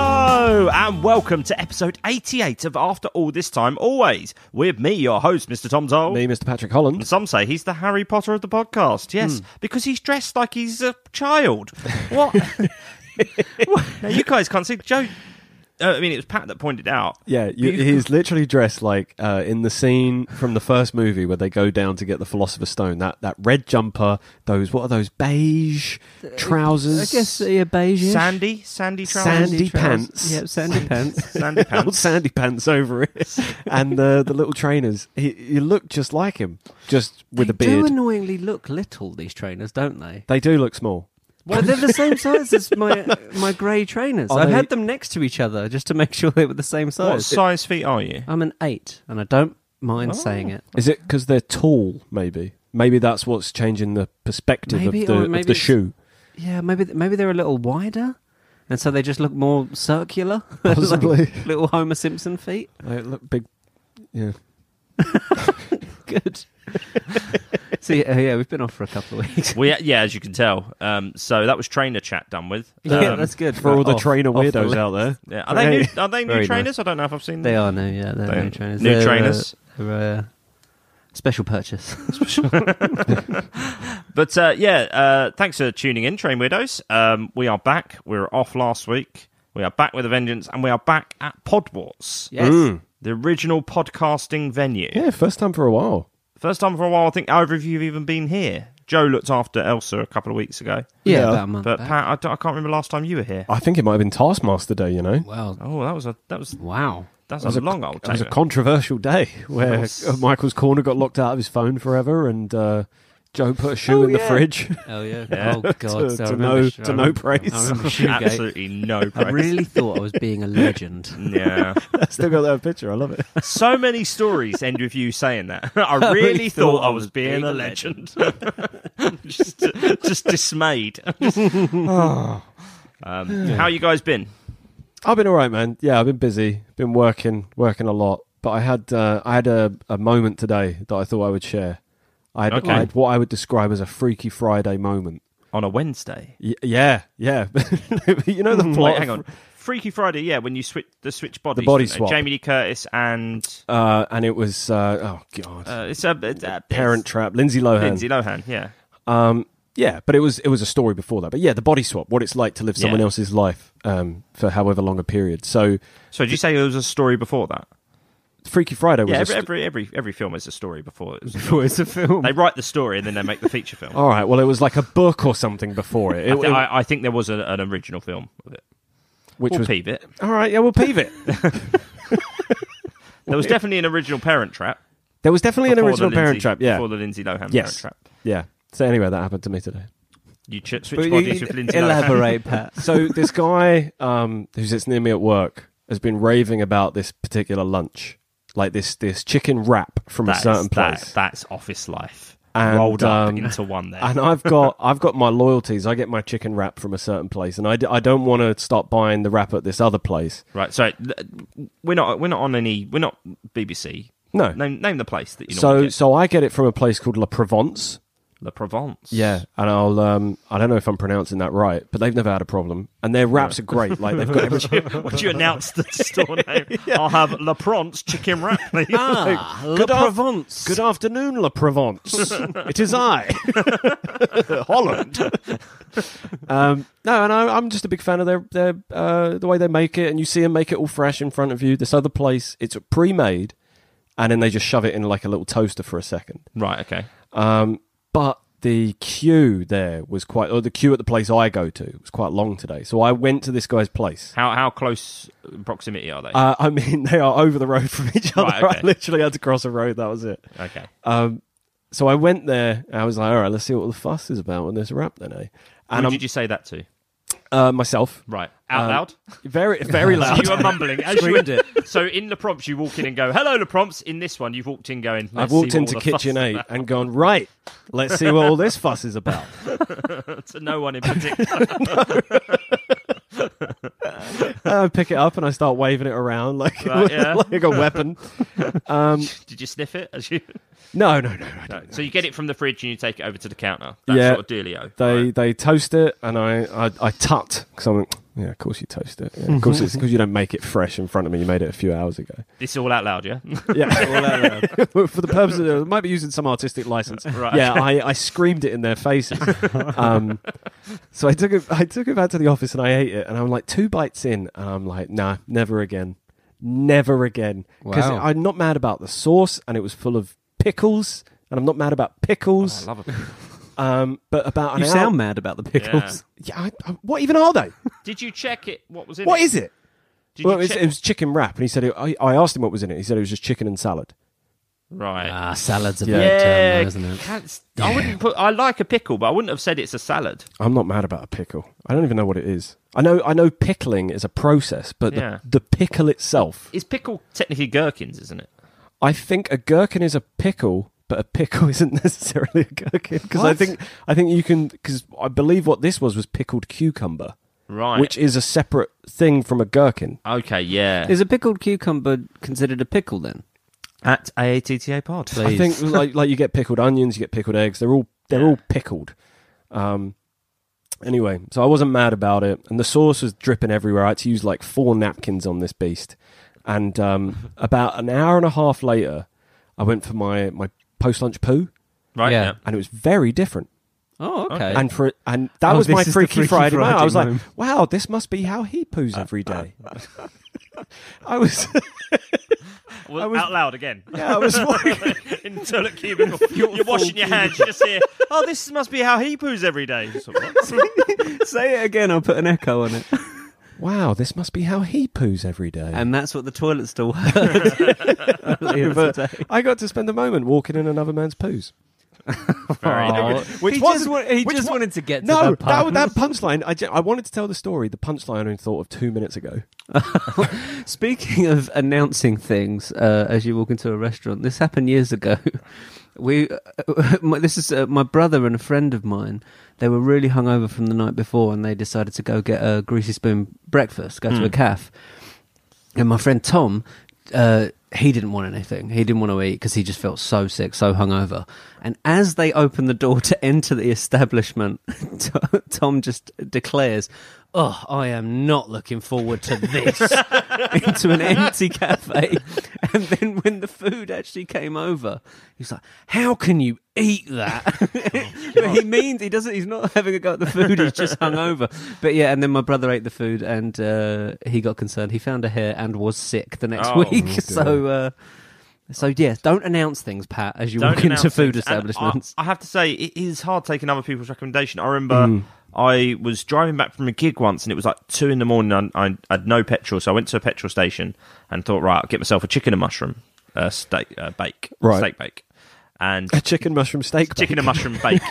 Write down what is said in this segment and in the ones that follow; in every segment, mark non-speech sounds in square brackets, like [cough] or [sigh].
Hello and welcome to episode 88 of After All This Time Always. With me, your host, Mr. Tom Toll. Me, Mr. Patrick Holland. Some say he's the Harry Potter of the podcast. Yes, Hmm. because he's dressed like he's a child. What? [laughs] What? Now, you guys can't see Joe. Uh, I mean, it was Pat that pointed out. Yeah, you, Beautiful. he's literally dressed like uh, in the scene from the first movie where they go down to get the Philosopher's Stone. That that red jumper, those what are those beige trousers? I guess [laughs] uh, yeah, beige, Sandy, Sandy trousers, sandy pants. [laughs] Yep, sandy pants. sandy Old pants. sandy pants over [laughs] it, [laughs] and uh, the little trainers. He, you look just like him, just with they a beard. do annoyingly look little. These trainers, don't they? they do look small. Well, they're the same size as my [laughs] my grey trainers. Are I they- had them next to each other just to make sure they were the same What size. size feet are you? I'm an eight, and I don't mind Oh. saying it. Is it because they're tall? Maybe, maybe that's what's changing the perspective Maybe, of the, or of maybe the it's- shoe. Yeah, maybe maybe they're a little wider, and so they just look more circular. [laughs] [laughs] Like Possibly. little Homer Simpson feet. [laughs] They look big. Yeah. Good. [laughs] so yeah, yeah, we've been off for a couple of weeks. We, yeah, as you can tell. Um, so that was trainer chat done with. yeah, Um, that's good for all the Off- trainer off the weirdos list. out there. yeah. Are they new? Are they new Very trainers? I don't know if I've seen They them. are new, yeah. They're They- new trainers. new They're, trainers. Uh, they're, uh, special purchase. [laughs] But uh, yeah, uh, thanks for tuning in, Train Widows. Um, we are back. We were off last week. We are back with a vengeance, and we are back at Podwarts, yes. Mm. the original podcasting venue. Yeah, first time for a while. First time for a while. I think either of you have even been here. Joe looked after Elsa a couple of weeks ago, Yeah, Yeah. about a month but back. Pat, I, don't- I can't remember last time you were here. I think it might have been Taskmaster Day, you know. Wow. Oh, that was a that was Wow. that's was a a- long old It was time. a controversial day where Yes. uh, [laughs] Michael's corner got locked out of his phone forever, and uh, Joe put a shoe in the fridge [laughs] Oh, yeah. Yeah. Oh, God. to, so I to remember, no sh- I to no remember- I praise. [laughs] remember Shoegate. Absolutely no I praise. really thought I was being a [laughs] legend. Yeah, Still got that picture. I love [laughs] it. so many stories end with you saying that. [laughs] I really thought I was being a legend. just, just [laughs] dismayed. [sighs] um, How you guys been? I've been all right, man. Yeah, I've been busy, been working, working a lot. But I had uh, I had a, a moment today that I thought I would share. I had, Okay. I had what I would describe as a Freaky Friday moment. On a Wednesday. Y- yeah, yeah. [laughs] you [laughs] know [laughs] the plot. Wait, of hang on. Freaky Friday, yeah, when you switch the switch bodies. body didn't they? swap. Jamie Lee Curtis and uh, and it was uh, oh god, uh, it's a, it's a Parent it's Trap, Lindsay Lohan. Lindsay Lohan, yeah. Um, yeah, but it was it was a story before that. But yeah, the body swap, what it's like to live someone Yeah. else's life um, for however long a period. So So did you say there was a story before that? Freaky Friday was Yeah, a every, st- every every every film is a story before it. was- Before it's a film. they write the story and then they make the feature film. all right. Well, it was like a book or something before it, [laughs] I, Oh, It- thi- it- I, I think there was a, an original film of it. which We'll was peeve it. all right. Yeah, we'll peeve [laughs] it. There was definitely an original Parent Trap. There was definitely an before original the Parent Lindsay- Trap. Yeah, Before the Lindsay Lohan Parent yes, Trap. yeah. So anyway, that happened to me today. You ch- switch But bodies you- with Lindsay Lohan. Elaborate, Pat. So this guy um, who sits near me at work has been raving about this particular lunch, like this this chicken wrap from a That certain is, place. that, that's office life. And, Rolled up um, into one there. and I've got [laughs] I've got my loyalties. I get my chicken wrap from a certain place, and I, d- I don't want to stop buying the wrap at this other place. Right, so l- we're not we're not on any we're not BBC. No. Name name the place that you normally so get. so I get it from a place called La Provence. La Provence. [laughs] and I'll um I don't know if I'm pronouncing that right, but they've never had a problem, and their wraps are great. Like they've got everything. Would you announce [laughs] the store name? I'll have La Provence chicken wrap, please. Ah, La Good af- Provence. Good afternoon, La Provence. it is I, Holland. um, no, and I, I'm just a big fan of their their uh, the way they make it, and you see them make it all fresh in front of you. This other place, it's pre-made, and then they just shove it in like a little toaster for a second. right, okay. Um, but the queue there was quite, or the queue at the place I go to was quite long today. So I went to this guy's place. How how close in proximity are they? Uh, I mean, [laughs] they are over the road from each other. Right, I okay. literally had to cross a road. That was it. okay. Um, so I went there. And I was like, all right, let's see what the fuss is about on this rap then, eh? And Who I'm did you say that to? uh, myself, Right. Out Um, loud? [laughs] very, very So loud. you were mumbling [laughs] as you Screamed it. So in the prompts, you walk in and go, "Hello, the prompts." In this one, you've walked in going, "Let's I've walked see what into all the fuss Kitchen is Eight about." and gone right. Let's see what all this fuss is [laughs] about. to no one in particular." [laughs] And I Uh, pick it up and I start waving it around like [laughs] Right, yeah. like a weapon. Um, Did you sniff it? As you, no, no, no. I no. don't. so you get it from the fridge and you take it over to the counter. That Yeah. sort of dealio. They Right. they toast it and I I, I tut because I'm Yeah, of course you toast it. Yeah, of [laughs] course, it's because you don't make it fresh in front of me. You made it a few hours ago. This is all out loud, yeah. [laughs] Yeah, uh, for the purpose of it, might be using some artistic license. [laughs] Right. Yeah, I, I screamed it in their faces. um, so I took it. I took it back to the office and I ate it. And I'm like two bites in, and I'm like, nah, never again, never again. Because Wow. I'm not mad about the sauce, and it was full of pickles, and I'm not mad about pickles. Oh, love it. um, but about an You hour- sound mad about the pickles. Yeah, I, I, what even are they? Did you check it? What was in What it? is it? Did well, you it was, check- it was chicken wrap, and he said, it, I, I asked him what was in it. He said it was just chicken and salad. right. [laughs] Ah, salads are Yeah. yeah. yeah, term, though, isn't it? can't- I wouldn't put. I like a pickle, but I wouldn't have said it's a salad. I'm not mad about a pickle. I don't even know what it is. I know, I know, pickling is a process, but Yeah. the, the pickle itself, Is pickle technically gherkins, isn't it? I think a gherkin is a pickle, but a pickle [laughs] isn't necessarily a gherkin because I What? think I think you can because I believe what this was was pickled cucumber, Right. which is a separate thing from a gherkin. okay, yeah. Is a pickled cucumber considered a pickle then? At AATTA Pod. I think like like you get pickled onions, you get pickled eggs. They're all they're all pickled. Um, anyway, so I wasn't mad about it, and the sauce was dripping everywhere. I had to use like four napkins on this beast, and [laughs] um, about an hour and a half later, I went for my my post lunch poo, Right. Yeah. Yeah. and it was very different. Oh, okay. And for and that Oh, was my this is the freaky, Freaky Friday, moment. I Friday was moment. Uh, like, wow, this must be how he poos every day. [laughs] I was Well, I was- out loud again. yeah, [laughs] I was walking- [laughs] In toilet cubicle. You're washing your hands. You just hear, oh, this must be how he poos every day. Just sort of, what? [laughs] Say it again, I'll put an echo on it. wow, this must be how he poos every day. And that's what the toilet [laughs] still heard. earlier But today. I got to spend a moment walking in another man's poos. Very Aw. Which he was- just, wa- he which just wa- wanted to get to No, the that, pun. that punchline. I, ju- I wanted to tell the story. The punchline I only thought of two minutes ago. Speaking of announcing things uh, as you walk into a restaurant, this happened years ago. [laughs] We, my, this is uh, [laughs] my brother and a friend of mine. They were really hungover from the night before, and they decided to go get a greasy spoon breakfast, go to a cafe. And my friend Tom, uh, he didn't want anything. He didn't want to eat because he just felt so sick, so hungover. And as they open the door to enter the establishment, Tom- [laughs] Tom just declares, "Oh, I am not looking forward to this." [laughs] into an empty cafe. [laughs] And then when the food actually came over, he's like, "How can you eat that?" [laughs] Oh, but he means he doesn't. He's not having a go at the food. He's just hungover. But yeah, and then my brother ate the food, and uh, he got concerned. He found a hair and was sick the next Oh, week. [laughs] So. Uh, so yeah, don't announce things, Pat, as you Don't walk into announce food it. And uh, establishments. I, I have to say, it is hard taking other people's recommendation. I remember I was driving back from a gig once, and it was like two in the morning. and I, I had no petrol, so I went to a petrol station and thought, right, I'll get myself a chicken and mushroom uh, steak uh, bake, Right. steak bake, and A [laughs] chicken mushroom steak. chicken and mushroom bake.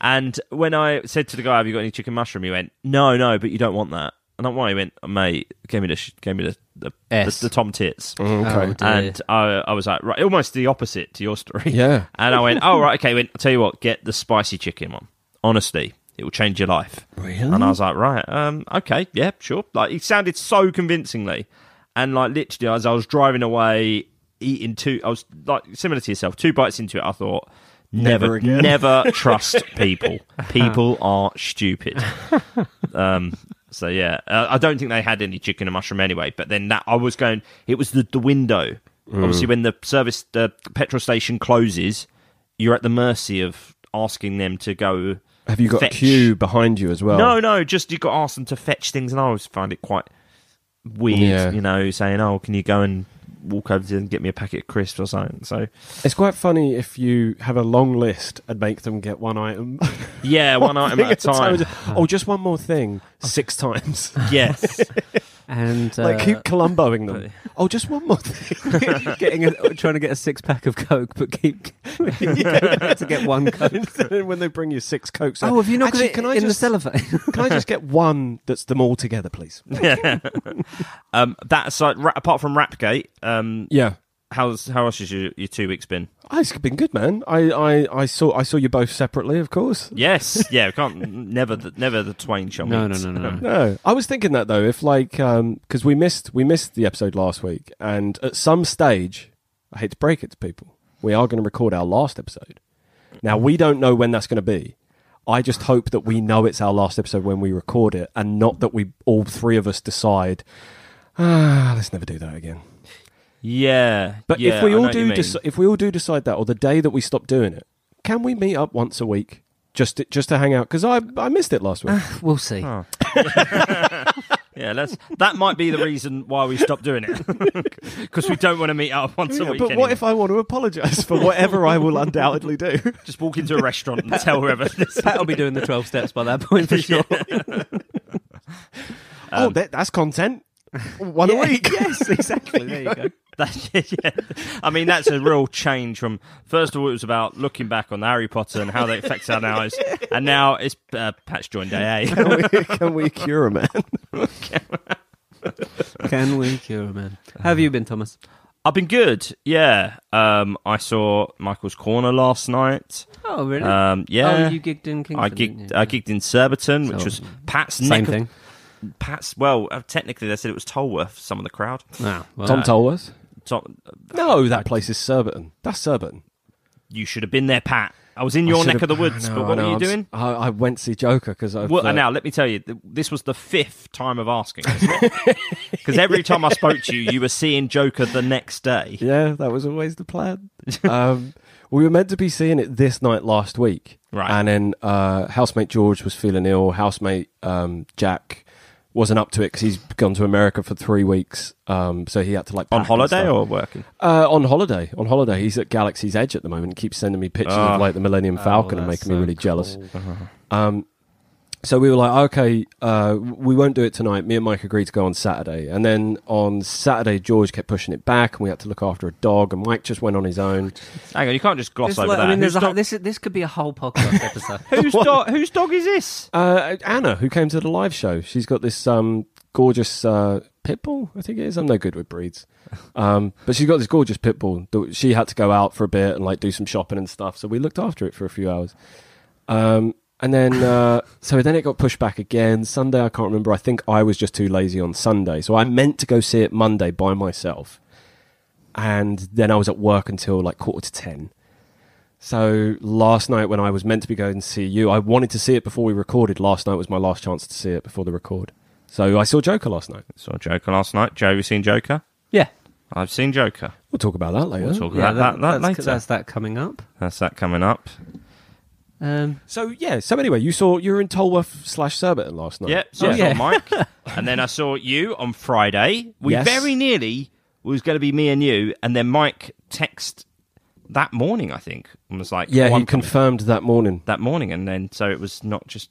and when I said to the guy, "Have you got any chicken mushroom?" He went, "No, no, but you don't want that." And I'm why he went, "Mate, give me the, sh- give me the, the, the, S. the Tom tits." Oh, dear. And I, I was like, right, almost the opposite to your story. Yeah. And I went, oh, right, okay, went, I'll tell you what, get the spicy chicken one. Honestly, it will change your life. Oh, Really? And I was like, right, um, okay, yeah, sure. Like, he sounded so convincingly. And, like, literally, as I was driving away, eating two, I was, like, similar to yourself, two bites into it, I thought, never, Never again. [laughs] never trust people. People are stupid. Um, so yeah, uh, I don't think they had any chicken and mushroom anyway. But then that I was going, it was the, the window. Mm. Obviously, when the service the petrol station closes, you're at the mercy of asking them to go. Have you got fetch. a queue behind you as well? No, no, just you got asked them to fetch things, and I always find it quite weird. Yeah. You know, saying, "Oh, can you go and walk over to and get me a packet of crisps or something?" So It's quite funny if you have a long list and make them get one item. [laughs] yeah, one item thing at a time. Oh, just one more thing. Six times. yes, [laughs] and uh, like keep columboing them. oh, just one more thing. [laughs] [laughs] getting a, trying to get a six pack of coke, but keep [laughs] to get one coke. And when they bring you six cokes, Oh, have you not actually, got it can I in just the cellophane? [laughs] can I just get one that's them all together, please? [laughs] um, that's like ra- apart from Rapgate. Um, Yeah. how's how else has your, your two weeks been? Oh, it's been good, man. I, I, I saw I saw you both separately, of course. Yes, yeah, we can't never the, never the twain shall No, meet. no, no, no, no. No, I was thinking that though. If like, because we missed we missed the episode last week, and at some stage, I hate to break it to people, we are going to record our last episode. Now we don't know when that's going to be. I just hope that we know it's our last episode when we record it, and not that we all three of us decide. Ah, let's never do that again. Yeah, But yeah, if we I know all what you do, mean. deci- if we all do decide that, or the day that we stop doing it, can we meet up once a week just to, just to hang out? Because I I missed [sighs] it last week. We'll see. Oh. yeah, that's that might be the reason why we stopped doing it [laughs] because we don't want to meet up once a Yeah, week. but what if I want to apologise [laughs] for whatever I will undoubtedly do? I just walk into a restaurant and tell whoever? [laughs] This Pat will be doing the 12 steps by that point [laughs] for sure. oh, that, that's content. One a week. [laughs] yes, exactly. There you go. That, yeah. I mean, that's a real change from first of all, it was about looking back on Harry Potter and how they affect our lives, and now it's uh, Pat's joined AA. [laughs] Can we, can we cure a [laughs] man? [laughs] Can we cure a man? How have you been, Thomas? [laughs] I've been good, yeah. Um, I saw Michael's Corner last night. Oh, really? Um, yeah, Oh, you gigged in Kingston. I didn't gigged. you? I gigged in Surbiton, which So, mm. was Pat's Same neck of- thing. Pat's. Well, uh, technically they said it was Tolworth. Some of the crowd. uh, Wow. Ah, Well, Tom Tolworth? Tom, No, that place is Surbiton. That's Surbiton. you should have been there, Pat. I was in your neck of the woods, but what were you doing? I, I went to see Joker because I. Well, now let me tell you, th- this was the fifth time of asking, [laughs] because every time I spoke to you, you were seeing Joker the next day. Yeah, that was always [laughs] the plan. um, we were meant to be seeing it this night last week, Right. And then uh, housemate George was feeling ill. Housemate um, Jack wasn't up to it because he's gone to America for three weeks, um, so he had to like On pack and holiday stuff. or working? Uh, on holiday, on holiday, he's at Galaxy's Edge at the moment. He keeps sending me pictures Ah. of like the Millennium Oh, Falcon and that's making me so really jealous. cool. Um, so we were like, okay, uh, we won't do it tonight. Me and Mike agreed to go on Saturday, and then on Saturday, George kept pushing it back, and we had to look after a dog, and Mike just went on his own. Hang on, you can't just gloss This, over like, that. I mean, there's whose, a, dog, this, this could be a [laughs] whole podcast episode. whose, dog, whose dog is this? Uh, Anna, who came to the live show, she's got this um, gorgeous uh, pit bull, I think it is. I'm no good with breeds, um, but she's got this gorgeous pit bull. that She had to go out for a bit and like do some shopping and stuff, so we looked after it for a few hours. Um, and then, uh, [laughs] so then it got pushed back again. Sunday, I can't remember. I think I was just too lazy on Sunday, so I meant to go see it Monday by myself, and then I was at work until like quarter to ten. So last night when I was meant to be going to see you, I wanted to see it before we recorded. Last night was my last chance to see it before the record. So I saw Joker last night. Saw Joker last night. Joe, have you seen Joker? yeah. I've seen Joker. We'll talk about that later. We'll talk Oh, yeah about that, that, that's, later. that's That's, that coming up. that coming up. Um, so yeah. So anyway, you saw you were in Tolworth slash Surbiton last night. Yep, so Yeah. I saw Yeah. Mike, [laughs] and then I saw you on Friday. We Yes. very nearly was going to be me and you, and then Mike text that morning, I think, and was like, Yeah, "Oh, he I'm coming confirmed that morning. that morning," and then so it was not just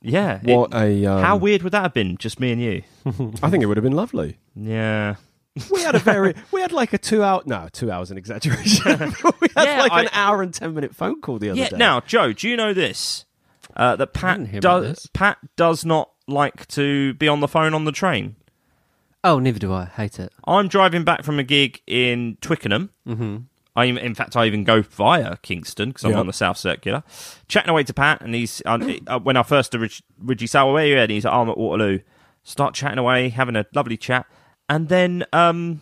yeah. it- What a um, how weird would that have been? Just me and you. I think it would have been lovely. [laughs] Yeah. We had a very we had like a two hour no two hours [laughs] an exaggeration. [laughs] we had Yeah, like I- an hour and ten minute phone call the other Yeah. day. Now, Joe, do you know this? Uh, that didn't Pat hear about does. this. Pat does not like to be on the phone on the train. oh, neither do I. Hate it. I'm driving back from a gig in Twickenham. I even- in fact I even go via Kingston because I'm Mm-hmm. Yeah. on the South Circular. Chatting away to Pat, and he's I, uh, when I first to Ridge, Ridgey Sour, where you at? And he's like, oh, I'm at Waterloo. Start chatting away, having a lovely chat, and then um,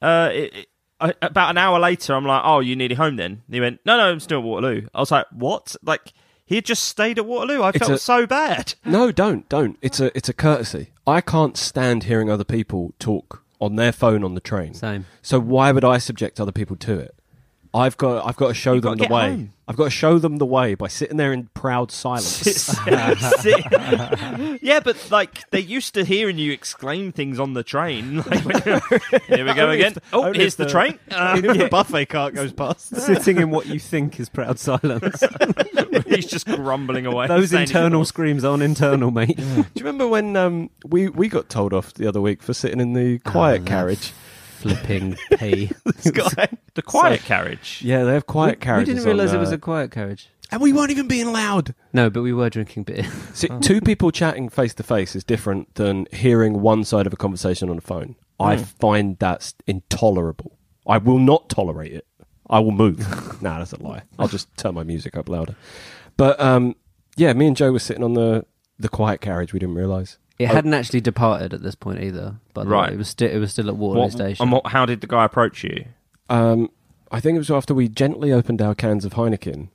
uh, it, it, I, about an hour later, I'm like, oh, you nearly home then? And he went, no, no, I'm still at Waterloo. I was like, what? Like he had just stayed at Waterloo. I felt a- so bad. No, don't, don't. It's a it's a courtesy. I can't stand hearing other people talk on their phone on the train. Same. So why would I subject other people to it? I've got I've got to show gotta them the get way. home. I've got to show them the way by sitting there in proud [laughs] silence. [laughs] yeah, but like they used to hearing you exclaim things on the train. [laughs] Like, when [laughs] you- here we go Only if again. the- oh, only here's if the, the- train. [laughs] Uh, the buffet cart goes past. Sitting in what you think is proud silence. he's just grumbling away. Those saying- "Oh, [laughs] internal screams aren't internal, [laughs] mate. Do you remember when um, we we got told off the other week for sitting in the quiet that carriage? Flipping [laughs] P. The quiet carriage. Yeah, they have quiet carriages. We didn't realise on, it was uh, a quiet carriage. and we weren't even being loud. No, but we were drinking beer. See, two people chatting face to face is different than hearing one side of a conversation on the phone. I find that's intolerable. I will not tolerate it. I will [laughs] move. nah, that's a lie. I'll just turn my music up louder. But um, yeah, me and Joe were sitting on the the quiet carriage. We didn't realise. It Oh. hadn't actually departed at this point either. By the Right. way, it was still it was still at Waterloo What, Station. and what, how did the guy approach you? Um, I think it was after we gently opened our cans of Heineken,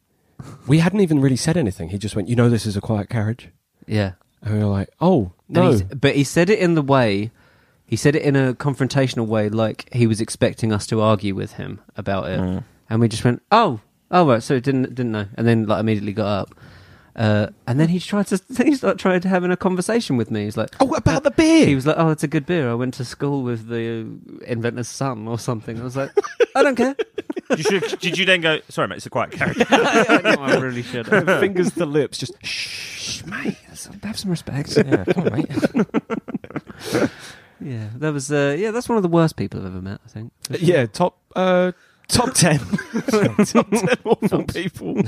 we hadn't even really said anything. He just went, "You know, this is a quiet carriage," Yeah. and we were like, "Oh And no." he's- but he said it in the way, he said it in a confrontational way, like he was expecting us to argue with him about it, Mm. and we just went, "Oh, oh, right." So it didn't didn't know, and then like immediately got up, uh, and then he tried to [laughs] he started trying to having a conversation with me. He's like, Oh, about the beer. He was like, "Oh, it's a good beer. I went to school with the uh, inventor's son or something." I was like, "I don't [laughs] care. [laughs] You should, did you then go? Sorry, mate, it's a [laughs] quiet carriage. I, I, I really should fingers to lips, just Shh, mate. Have some respect." [laughs] yeah, come on, mate. Yeah, that was uh, yeah. That's one of the worst people I've ever met. I think. yeah, top uh, top ten, [laughs] top ten awful people.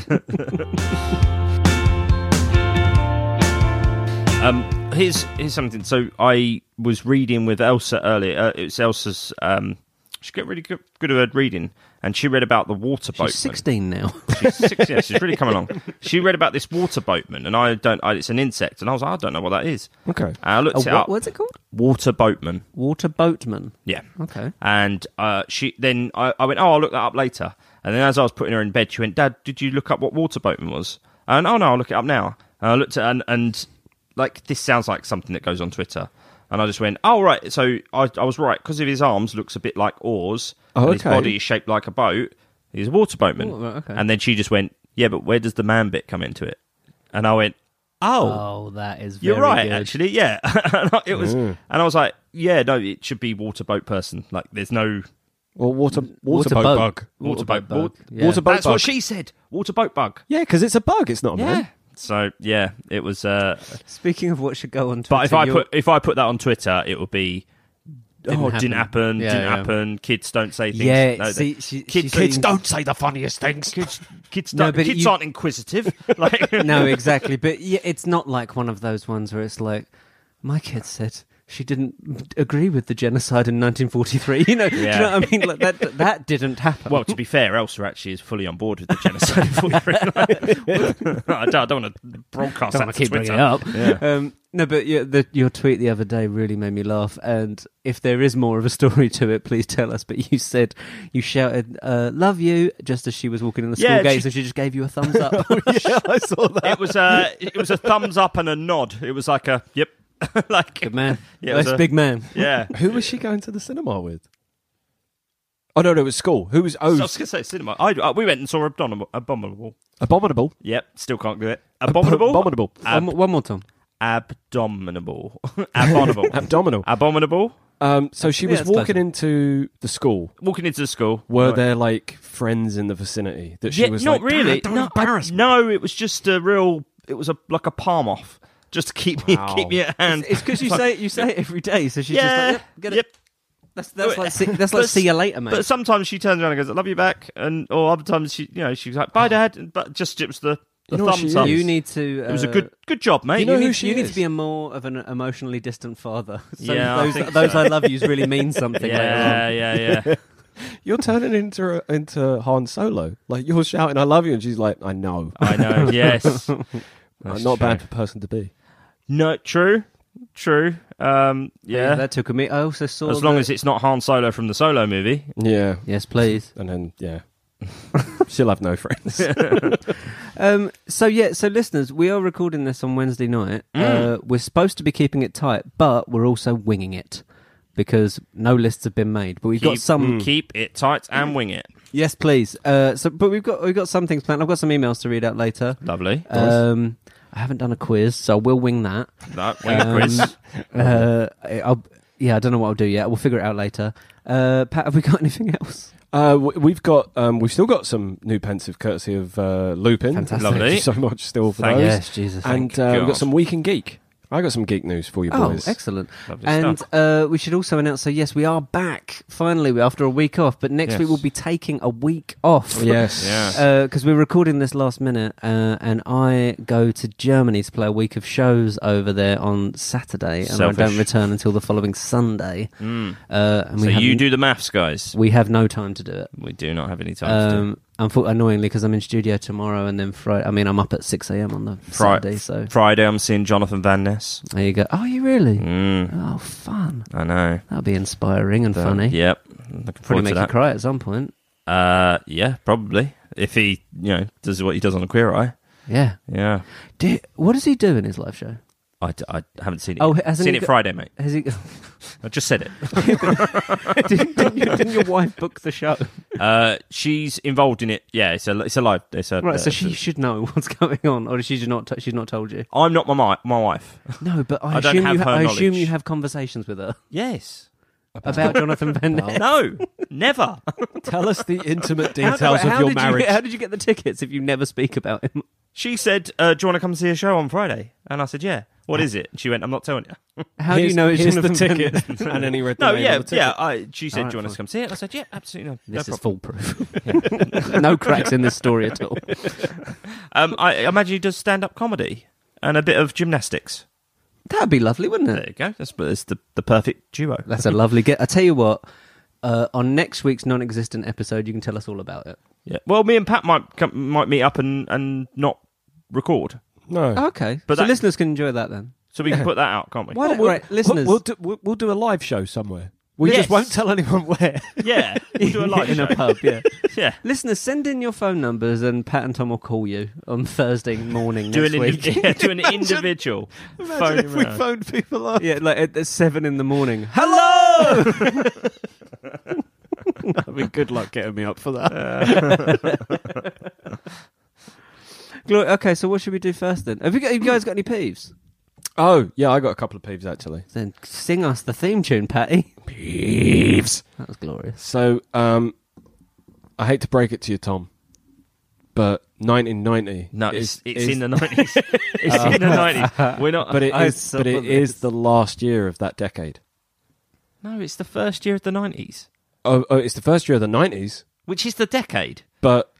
Um, here's here's something. So I was reading with Elsa earlier. Uh, it's Elsa's. Um, she got really good, good at reading, and she read about the water boatman. She's sixteen now. She's six, yeah, she's really come along. She read about this water boatman, and I don't. I, it's an insect, and I was like, I don't know what that is. Okay, And I looked [laughs] A it what- up. what's it called? Water boatman. Water boatman. Yeah. Okay. And uh, she then I, I went, oh, I'll look that up later. And then as I was putting her in bed, she went, Dad, did you look up what water boatman was? And oh no, I'll look it up now. And I looked at and and like this sounds like something that goes on Twitter. And I just went, oh right, so I, I was right because of his arms looks a bit like oars, Oh, and his okay. body is shaped like a boat. He's a water boatman. Oh, right, okay. And then she just went, yeah, but where does the man bit come into it? And I went, oh, Oh, that is you're very right, good. Mm. actually. Yeah, [laughs] And I- it was, and I was like, yeah, no, it should be water boat person. Like, there's no well, water water, Water boat, boat. bug. water, boat, bug. wa- Yeah. Water boat That's bug. what she said. Water boat bug. Yeah, because it's a bug. It's not a man. So yeah, it was. Uh, Speaking of what should go on Twitter, but if I you're- put if I put that on Twitter, it would be. Didn't oh, happen. didn't happen. Yeah, didn't yeah. happen. Kids don't say things. yeah, No, they- see, she, kids- she's kids saying- Don't say the funniest [laughs] things. kids, kids, No, don't, but kids you- aren't [laughs] inquisitive. [laughs] Like, [laughs] No, exactly. But yeah, it's not like one of those ones where it's like, my kid said she didn't agree with the genocide in 1943. [laughs] You know, do you Yeah. know what I mean? Like that that didn't happen. Well, to be fair, Elsa actually is fully on board with the genocide. [laughs] of 43. [laughs] I don't, I don't want to broadcast Don't that wanna to keep Twitter. bringing it up. [laughs] Um, no, but yeah, the, your tweet the other day really made me laugh. And if there is more of a [laughs] story to it, please tell us. But you said you shouted uh, "love you" just as she was walking in the school Yeah, gates, she- Oh, and she just gave you a [laughs] thumbs up. yeah, I saw that. it was a it was a thumbs up and a nod. It was like a yep, [laughs] like Good man, [laughs] Yeah, it Nice was a- big man. yeah. Who was she going to the cinema with? Oh no, no, it was school. Who was I oh was gonna say cinema. I, uh, we went and saw Abominable. Abominable. abominable? Yep, still can't do it. Abominable. abominable, One, mo- one more time. Abdominable. [laughs] Abominable. abdominal. Abominable. Um, so she Yeah, was it's walking pleasant. into the school. Walking into the school. Were Right. there like friends in the vicinity that she Yeah, was not like, really. "Dad, don't no, embarrass I- me." no, it was just a real. It was a like a palm off, just to keep me Wow. keep me at hand. It's because [laughs] you say it, you say it every day, so she's yeah. just like, yep, get it. yep. That's, that's But- like see, that's like but- see you later, mate. But sometimes she turns around and goes, "I love you back," and or other times she, you know, she's like, "Bye, dad," and, but just it was the, the Ah. You know what thumbs she up. is? you need to. Uh, It was a good good job, mate. You know you who need, she you need is? to be a more of an emotionally distant father. [laughs] So Yeah, I those, think those so. I love yous really [laughs] mean something. later yeah, on. yeah, yeah, [laughs] You're turning into into Han Solo. Like you're shouting, "I love you," and she's like, "I know." I know. [laughs] Yes. not That's a bad true. person to be. No. True. True. Um. Yeah. that took a me. I also saw as long the- as it's not Han Solo from the Solo movie. Yeah, yes, please. and then yeah, [laughs] she'll have no friends. Um, so yeah, so listeners, we are recording this on Wednesday night. Mm. Uh, we're supposed to be keeping it tight, but we're also winging it because no lists have been made. But we've got Keep- Mm. some. Mm. Keep it tight and wing it. Yes, please. Uh, so, but we've got we've got some things planned. I've got some emails to read out later. Lovely. Um, I haven't done a quiz, so we'll [laughs] wing that. No, wing it, Um, Chris. Uh, I'll, yeah, I don't know what I'll do yet. We'll figure it out later. Uh, Pat, have we got [laughs] anything else? [laughs] Uh, w- we've got um, we've still got some new pensive courtesy of uh, Lupin. Fantastic. Lovely. Thank you so much still for Thank those. Yes, Jesus. And Thank uh, we've God. got some week in geek. I got some geek news for you oh, boys. excellent. Lovely And stuff. uh, we should also announce so, yes, we are back finally after a week off, but next Yes. week we'll be taking a week [laughs] off. Yes. Yeah. Because we're recording this last minute, uh, and I go to Germany to play a week of shows over there on Saturday, and Selfish. I don't return until the following Sunday. Uh, and Mm. So we you haven't- do the maths, guys. We have no time to do it. We do not have any time. to do. Um, unfor- annoyingly, because I'm in studio tomorrow and then Friday. I mean, I'm up at 6 a.m. on the Fri- Friday, so Friday, I'm seeing Jonathan Van Ness. there you go. Oh, you really? Mm, Oh, fun. I know. That'll be inspiring and funny. Yep. Looking Probably forward make to you that. cry at some point. Uh, yeah, probably. if he, you know, does what he does on a Queer Eye. Yeah. Yeah, Do, what does he do in his live show? I, d- I haven't seen it. Oh, yet. hasn't seen he it got- Friday, mate. Has he? [laughs] I just said it. didn't, didn't, you, didn't your wife book the show? Uh, she's involved in it. Yeah, it's a it's a live. It's a, [laughs] Right, uh, so [laughs] she should know what's going on, or she's not. T- she's not told you. I'm not my mi- my wife. No, but I, I don't assume have you. her I assume knowledge. you have conversations [laughs] with her Yes. about Jonathan Van Ness. No. [laughs] never. Uh, Tell us the intimate How- details how of your did you- marriage. how did you get the tickets if you never speak about [laughs] him? She said, uh, "Do you want to come see a show on Friday?" And I said, "Yeah." What is it? And she went, "I'm not telling you." How do Here's- you know it's here's the Jonathan Van Ness? [laughs] ticket? and then he read the No, name yeah, of the ticket. yeah. I, she said, All right, "Do you want us fine. to come see it?" I said, "Yeah, absolutely." No, This no is problem. foolproof. [laughs] no cracks in this story at [laughs] all. Um, I imagine he does stand-up comedy and a bit of gymnastics. That'd be lovely, wouldn't There it? you go. That's, that's the the perfect duo. That's a lovely get. I tell you what. Uh, on next week's non-existent episode, you can tell us all about it. Yeah. Well, me and Pat might come, might meet up and and not record, No. [laughs] Okay, But so that- listeners can enjoy that then. so [laughs] we can put that out, can't we? Why don't, We'll- right, listeners? We'll, we'll, do, we'll, we'll do a live show somewhere. We Yes. just won't tell anyone [laughs] where. Yeah. We'll do a live [laughs] in show. a pub, [laughs] yeah. Yeah. Listeners, send in your phone numbers and Pat and Tom will call you on Thursday morning Do next an, week. indiv- [laughs] yeah, [laughs] do an individual phone if we round. phoned people up. yeah, like at, at seven in the morning. [laughs] Hello. [laughs] I mean, good luck getting me up for that. Glory. Okay, so what should we do first then? Have you, got, you guys got any peeves? oh, yeah, I got a couple of peeves actually. Then sing us the theme tune, Patty. [laughs] Peeves. That was glorious. So, um, I hate to break it to you, Tom, but 1990. No, is- it's it's is- Uh, in [laughs] the nineties. It's in the nineties. We're not. But it I is, saw [laughs] but it this. is the last year of that decade. no, it's the first year of the nineties, Oh, oh, it's the first year of the 90s, which is the decade. but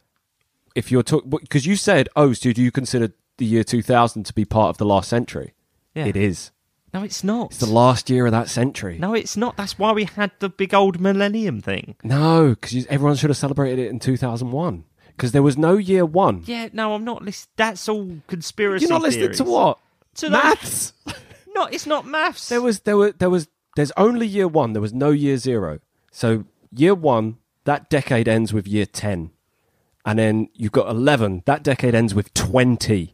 if you're talking, because you said, oh, so do you consider the year 2000 to be part of the last century? Yeah. It is. No, it's not. It's the last year of that century. no, it's not. That's why we had the big old millennium thing. No, because everyone should have celebrated it in 2001. Because there was no year one. Yeah, no, I'm not listening. That's all conspiracy. You're not listening theories. to what? To Maths. those- No, it's not maths. There was there were there was there's only year one. There was no year zero. So year one, that decade ends with year ten, and then you've got eleven. That decade ends with twenty.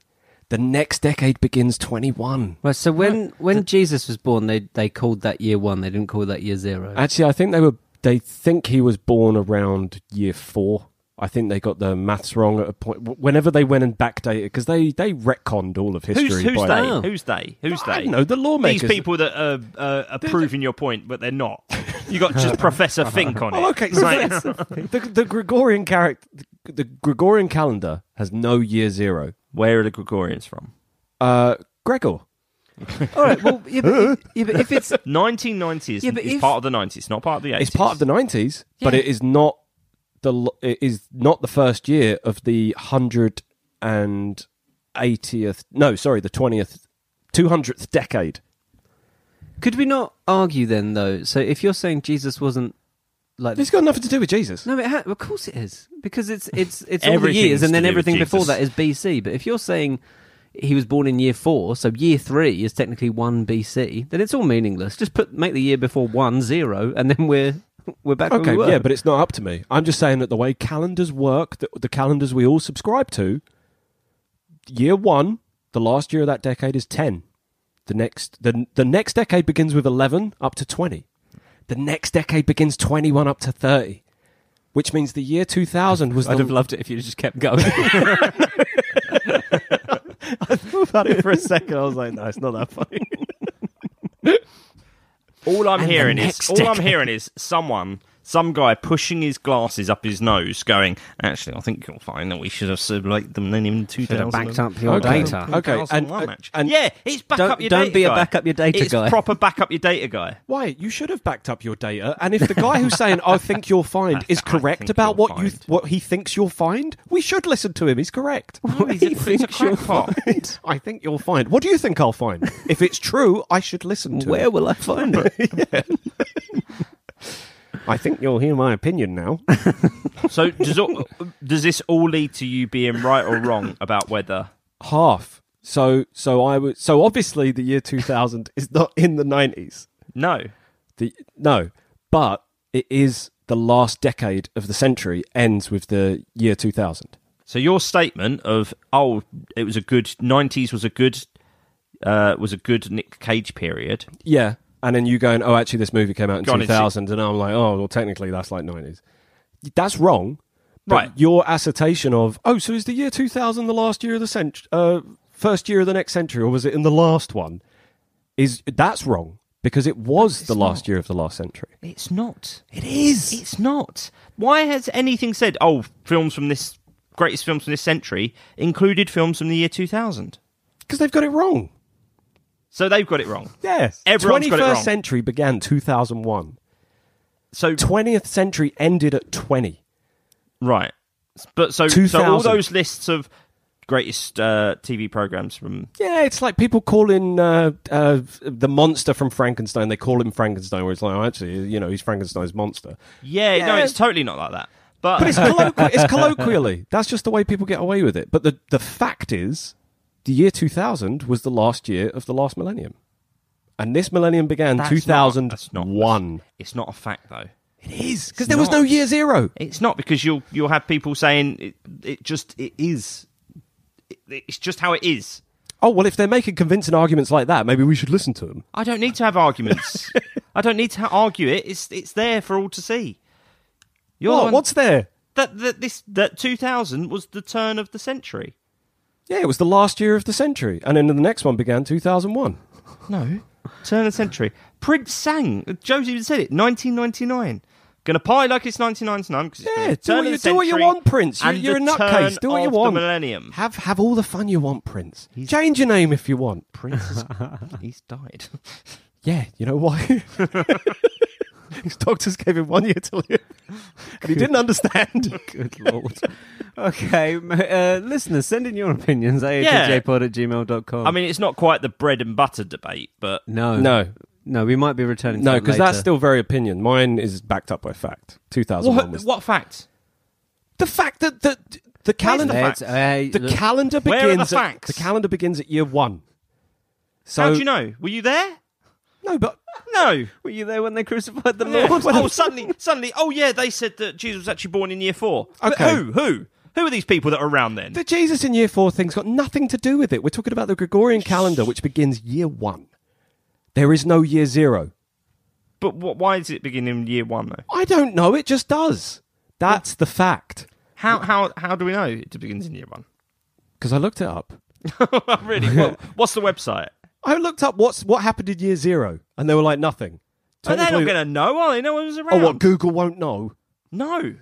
The next decade begins twenty one. Right, so when, when Jesus was born, they, they called that year one. They didn't call that year zero. Actually, I think they were they think he was born around year four. I think they got the maths wrong at a point. w- Whenever they went and backdated, because they they retconned all of history. who's who's by they? Oh. Who's they? Who's they? I don't know the lawmakers. These people that are, uh, are proving your point, but they're not. You got [laughs] just Professor Fink on it. Oh, okay. It's like- [laughs] [laughs] the, the Gregorian character, the Gregorian calendar has no year zero. Where are the Gregorians from? Uh, Gregor. all right, well, yeah, but, if, yeah, [laughs] but if it's... 1990s Yeah, but is if- part of the 90s, it's not part of the 80s. It's part of the nineties, but Yeah. it is not the l- it is not the first year of the hundred and eightieth. No, sorry, the twentieth, two hundredth decade. Could we not argue then, though? So if you're saying Jesus wasn't like... This has got nothing to do with Jesus. No, it ha- of course it is because it's it's it's all the Everything's years, and to then do with everything before Jesus. that is BC. But if you're saying he was born in year four, so year three is technically one BC, then it's all meaningless. Just put make the year before one zero, and then we're we're back. Okay, where we were. yeah, but it's not up to me. I'm just saying that the way calendars work, the, the calendars we all subscribe to, year one, the last year of that decade is ten. The next, the the next decade begins with eleven up to twenty. The next decade begins twenty one up to thirty, which means the year two thousand was. I'd the, have loved it if you just kept going. thought about it for a second. I was like, no, it's not that funny. all I'm the hearing next is all I'm decade. hearing is someone, some guy pushing his glasses up his nose, going, "Actually, I think you'll find that we should have circulated them then in 2000." your Okay. data. Okay, and, and- and and- yeah, it's back Don't- up your data don't be a guy. back up your data it's guy. proper back up your data [laughs] guy. [laughs] Why? You should have backed up your data. And if the guy who's saying "I think you'll find" [laughs] is I correct think about you'll what you find. what he thinks you'll find, we should listen to him. He's [laughs] correct. No, he's a, he's a crackpot. I think you'll find. What do you think I'll find? if it's true, I should listen to Where it. will I find it? I think you'll hear my opinion now. [laughs] So does all, does this all lead to you being right or wrong about whether? Half. So so I would so obviously the year 2000 is not in the 90s. No, The no, but it is the last decade of the century ends with the year 2000. So your statement of oh, it was a good '90s was a good uh, was a good Nick Cage period. Yeah. And then you going, oh, actually, this movie came out in Go on and see- 2000. And I'm like, oh, well, technically, that's like 90s. That's wrong. But Right. Your assertion of, oh, so is the year 2000 the last year of the century, uh, first year of the next century, or was it in the last one? Is That's wrong because it was the last year of the last century. It's not. It is. It's not. Why has anything said? Oh, films from this greatest films from this century included films from the year 2000. Because they've got it wrong. So they've got it wrong. Yes. Everyone's 21st got it wrong. century began 2001. So 20th century ended at 20. right. But so so all 2000. those lists of greatest uh, TV programs from Yeah, it's like people calling uh, uh, the monster from Frankenstein. They call him Frankenstein, where it's like, oh, actually, you know, he's Frankenstein's monster. yeah, no, Yeah. it's totally not like that. But, But it's, colloqu- it's colloquially. That's just the way people get away with it. But the, the fact is, the year 2000 was the last year of the last millennium. And this millennium began That's not- that's not- 2001. it's not a fact though. It is, because It's there was not. no year zero. It's not because you'll you'll have people saying it, it just it is. It, it's just how it is. Oh, well, if they're making convincing arguments like that, maybe we should listen to them. I don't need to have [laughs] arguments. I don't need to ha- argue it. It's it's there for all to see. You're the What? one- What's there? that, that this that 2000 was the turn of the century. Yeah, it was the last year of the century. And then the next one began 2001. No, turn of the century. Prince sang. Joe's even said it. 1999. Gonna pie like it's 1999 because Yeah, the do Mm. turn what of you- the do what you century want, Prince. You- and you're the a nutcase. turn Do what you of the want. millennium. Have have all the fun you want, Prince. Change your name if you want. Prince, [laughs] is, he's died. Yeah, you know why? [laughs] His doctors gave him one year to live, and he didn't understand. Good lord. okay, m- uh, listeners, send in your opinions. aatjpod at [laughs] gmail.com. I mean, it's not quite the bread and butter debate, but no. No. No, we might be returning to No, because because that's still very opinion. Mine is backed up by fact. Two thousand one what, was what fact? the fact that the the the calendar the, fact? Let's, hey, look, calendar Where are begins the at- facts? the calendar begins at year one. So How do you know? Were you [laughs] there? no, but No. were you there when they crucified the Yeah. Lord? oh, suddenly, suddenly, oh yeah, they said that Jesus was actually born in year four. But Okay. who, who, who are these people that are around then? The Jesus in year four thing's got nothing to do with it. We're talking about the Gregorian calendar, which begins year one. There is no year zero. But wh why is it beginning in year one though? I don't know. It just does. That's the fact. How, how, how do we know it begins in year one? [laughs] Because I looked it up. [laughs] really? What, what's the website? I looked up what's what happened in year zero, and they were like nothing. But they're not Technically- going to know, are they? No one was oh, around. what Google won't know. No.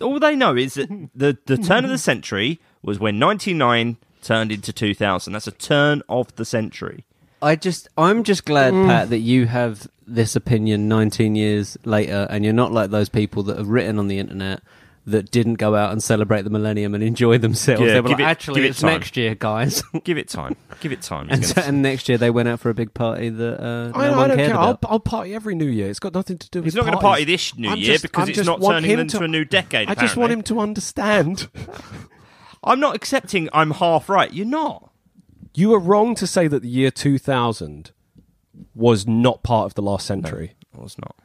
All they know is that [laughs] the, the turn of the century was when 99 turned into 2000. That's a turn of the century. I just, I'm just glad, Mm. Pat, that you have this opinion 19 years later, and you're not like those people that have written on the internet that didn't go out and celebrate the millennium and enjoy themselves. Yeah, they were give like, it- actually, give it it's time." next year, guys. [laughs] Give it time. Give it time. It's and, gonna- so, and next year they went out for a big party that uh, I, no I one don't cared care. I'll, about. I'll party every New Year. It's got nothing to do with. He's not going to party parties. this new I'm year just- because I'm it's just not want turning him into to- a new decade. I just want apparently. him to understand. I'm not accepting. I'm half right. You're not. you were wrong to say that the year 2000 was not part of the last century. I was not.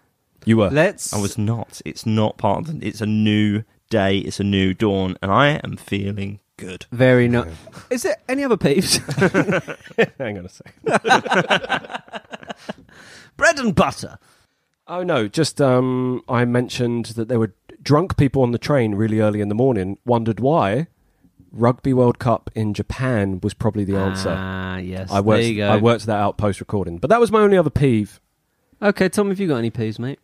You were. Let's. I was not. It's not part of. The, it's a new day. It's a new dawn, and I am feeling good. Very not. Is there any other peeps? Hang on a second. Bread and butter. Oh no, just um, I mentioned that there were drunk people on the train really early in the morning. Wondered why. Rugby World Cup in Japan was probably the answer. Ah, yes. I worked. there you go. I worked that out post recording, but that was my only other peeve. Okay, Tom, have you got any peas, mate?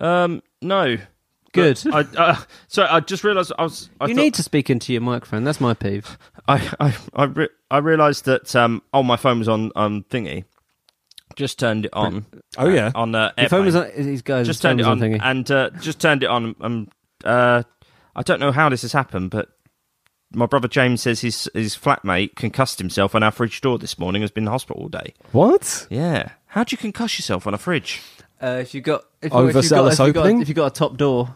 Um, no, Good. I, uh, [laughs] so I just realised I was. I you thought- need to speak into your microphone. That's my peeve. I I I, re- I realised that um oh my phone was on um thingy, just turned it on. uh, Oh, yeah. on uh, Your airplane. phone was on. These guys just phone turned it was on thingy. and uh, just turned it on. Um, uh, I don't know how this has happened, but my brother James says his his flatmate concussed himself on our fridge door this morning. Has been in hospital all day. What? Yeah, how do you concuss yourself on a fridge? Uh, if you got if Overzealous if you got, opening? if you got a top door,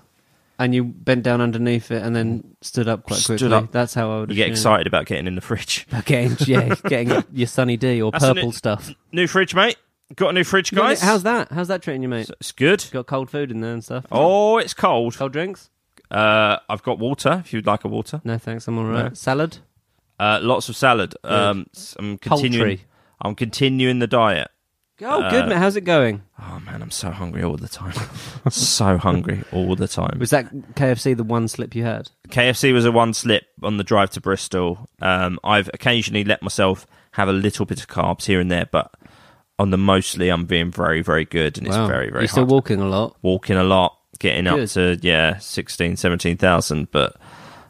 and you bent down underneath it and then stood up quite Stood quickly, up. that's how I would. You get assume. excited about getting in the fridge. [laughs] Getting yeah, getting your Sunny D or That's an purple it- stuff. New fridge, mate. Got a new fridge, You got [laughs] guys. any- How's that? How's that treating you, mate? It's good. got cold food in there and stuff. Oh, it's cold. Cold drinks? Uh, I've got water. If you'd like a water, No, thanks. I'm all right. No. Salad? uh, lots of salad. Um, s- I'm continuing. Poultry. I'm continuing the diet. Oh, good, mate. How's it going? Oh man, I'm so hungry all the time. [laughs] so hungry all the time. Was that KFC the one slip you had? KFC was a one slip on the drive to Bristol. Um, I've occasionally let myself have a little bit of carbs here and there, but on the mostly, I'm being very, very good, and it's very, very You're still hard. walking a lot. Walking a lot, getting Good. up to yeah, 16, 17,000. But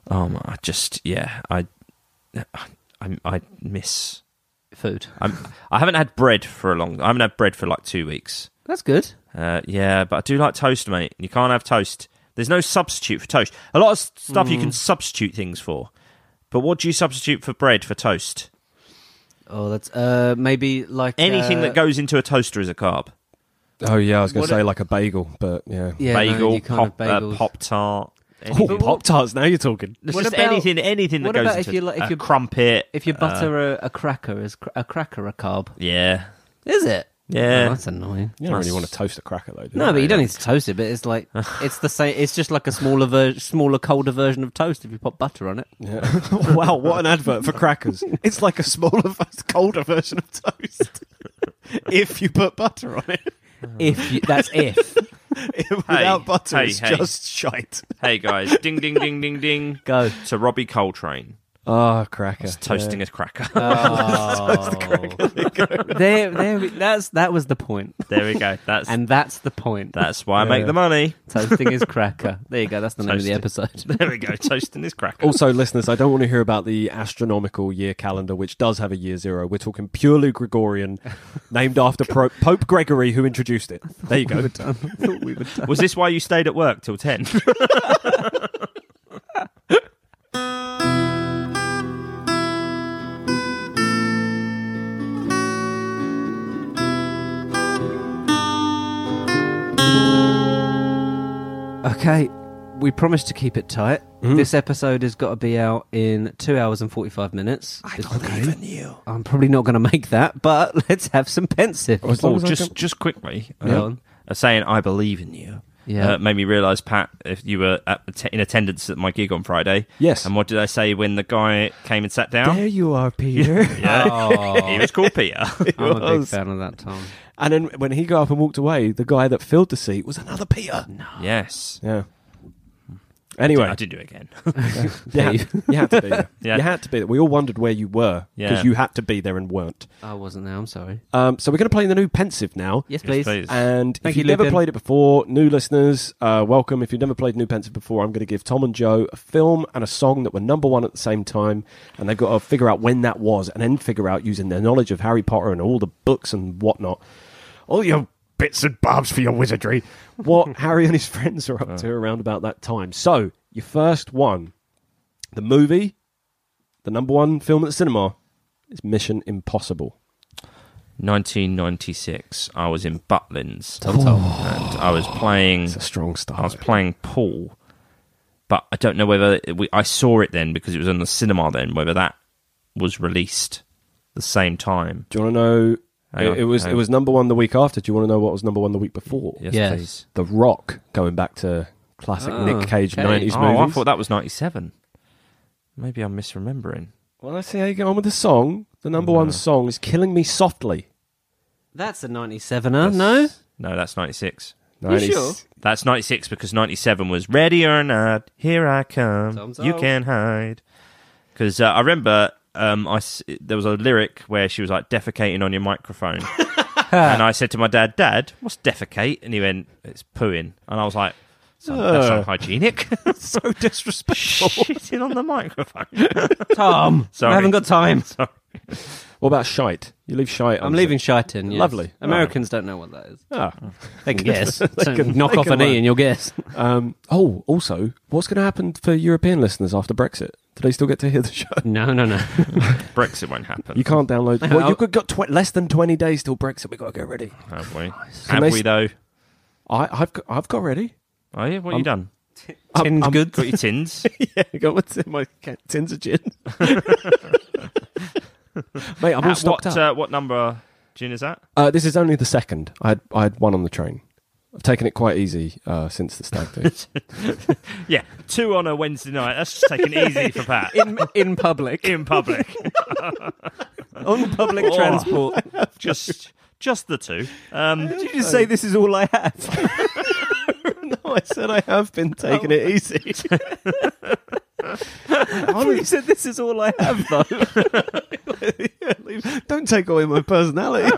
um, I just yeah, I, I, I miss. Food. I'm, I haven't had bread for a long. I haven't had bread for like two weeks. That's good. Uh, yeah, but I do like toast, mate. You can't have toast. There's no substitute for toast. A lot of s- stuff Hmm. you can substitute things for, but what do you substitute for bread for toast? Oh, that's uh maybe like Anything uh, that goes into a toaster is a carb. Oh yeah, I was going What to say like a bagel, but yeah. yeah, no, Bagel, you pop, can't have uh, bagels. pop tart. anything. Oh, Pop Tarts. Now you're talking. There's What just about- anything, anything that what goes about into if you like- if a you- crumpet. If you butter Uh, a, a cracker, is cr- a cracker a carb? yeah, Is it? yeah. Oh, that's annoying. You don't really Nice. want to toast a cracker though. Do No, you? but you don't need to toast it. But it's [laughs] like it's the same. It's just like a smaller, ver- smaller, colder version of toast if you pop butter on it. Yeah. [laughs] wow, what an advert for crackers! it's like a smaller, [laughs] colder version of toast. [laughs] if you put butter on it, Uh-huh. If you, that's [laughs] if without butter, hey, it's hey. just shite. hey [laughs] guys, ding, ding, ding, ding, ding. go. To Robbie Coltrane, Oh, cracker! it's toasting a cracker. Uh, Oh. there, there. we- That's that was the point, [laughs] there we go. That's and uh, that's the point. that's why I make the money. Toasting is cracker. There you go. That's the name of the episode. [laughs] There we go. Toasting is cracker. Also, listeners, I don't want to hear about the astronomical year calendar, which does have a year zero. We're talking purely Gregorian, named after Pro- Pope Gregory, who introduced it. There you go. I thought we were done. Was this why you stayed at work till [laughs] 10? Okay, we promised to keep it tight. This episode has got to be out in two hours and forty-five minutes. I don't even you. I'm probably not going to make that, but [laughs] let's have some pensive. As long oh, as I just, can- just quickly. Go Uh, on. uh, saying, I believe in you. Yeah. Uh, made me realise, Pat, if you were at, att- in attendance at my gig on Friday. Yes. And what did I say when the guy came and sat down? There you are, Peter. yeah. [laughs] he Oh, was called Peter. [laughs] [laughs] I'm a big was. fan of that, Tom. and then when he got up and walked away, the guy that filled the seat was another Peter. yes. Yeah. Anyway, I did do it again. [laughs] you had, you had to be there. Yeah. You had to be there. We all wondered where you were because Yeah. you had to be there and weren't. I wasn't there. I'm sorry. Um, so we're going to play the new pensive now. Yes, Yes, please. please. And Thank if you've you, never Lupin. played it before, new listeners, uh, welcome. If you've never played New Pensive before, I'm going to give Tom and Joe a film and a song that were number one at the same time, and they've got to figure out when that was, and then figure out using their knowledge of Harry Potter and all the books and whatnot, all your bits and bobs for your wizardry, Uh. what [laughs] Harry and his friends are up to around about that time. So, your first one, the movie, the number one film at the cinema, is Mission Impossible. 1996. I was in Butlins. And I was playing. It's a strong I was start. playing Paul, but I don't know whether it- we, I saw it then because it was in the cinema then. Whether that was released the same time. Do you want to know? Hang on, It, it was hang it on. was number one the week after. Do you want to know what was number one the week before? Yes, Yes. please. The Rock, going back to classic Oh, Nick Cage okay. nineties oh, movies. I thought that was ninety-seven. Maybe I'm misremembering. Well, let's see how you get on with the song. The number Uh-huh. one song is "Killing Me Softly." That's a 97er. [laughs] No, That's- No, that's ninety-six. You sure? That's ninety-six because ninety-seven was "Ready or Not, Here I Come." Thumbs you up. can hide. Because uh, I remember um, I s- there was a lyric where she was like defecating on your [laughs] microphone. and I said to my dad, Dad, what's defecate? And he went, It's pooing. And I was like, "That's un- That's Ugh. unhygienic. [laughs] [laughs] so disrespectful. Shitting on the microphone. Tom. Sorry. I haven't got time. Sorry. what about shite? You leave shite. I'm on leaving shite in. yes. Lovely. Americans don't know what that [laughs] is. the- Ah. They can guess. So can- knock they off can an learn. e and you'll guess. [laughs] Um, oh, also, what's going to happen for European listeners after Brexit? Do they still get to hear the show? No, no, no. Brexit won't happen. You can't download. [laughs] I'll- Well, you've got tw- less than twenty days till Brexit. We've got to get ready. Have we? Can they Have we, s- though? I, I've got, I've got ready. Oh, yeah. What have you done? Tinned I'm- goods. Got your [laughs] tins? yeah, I got what's in my ca- [laughs] tins of gin. Mate, I'm all At stocked what, up. uh, what number? gin is that? Uh, this is only the second. I had I had one on the train. I've taken it quite easy uh, since the stag do. Yeah, two on a Wednesday night. That's just taking it easy for [laughs] Pat in [laughs] in public in [laughs] public. on [laughs] public Oh. transport. Just just the two. Um, Did you just say this is all I have? [laughs] no, I said I have been taking it [laughs] easy. you said this is all I have though. [laughs] Don't take away [laughs] my personality.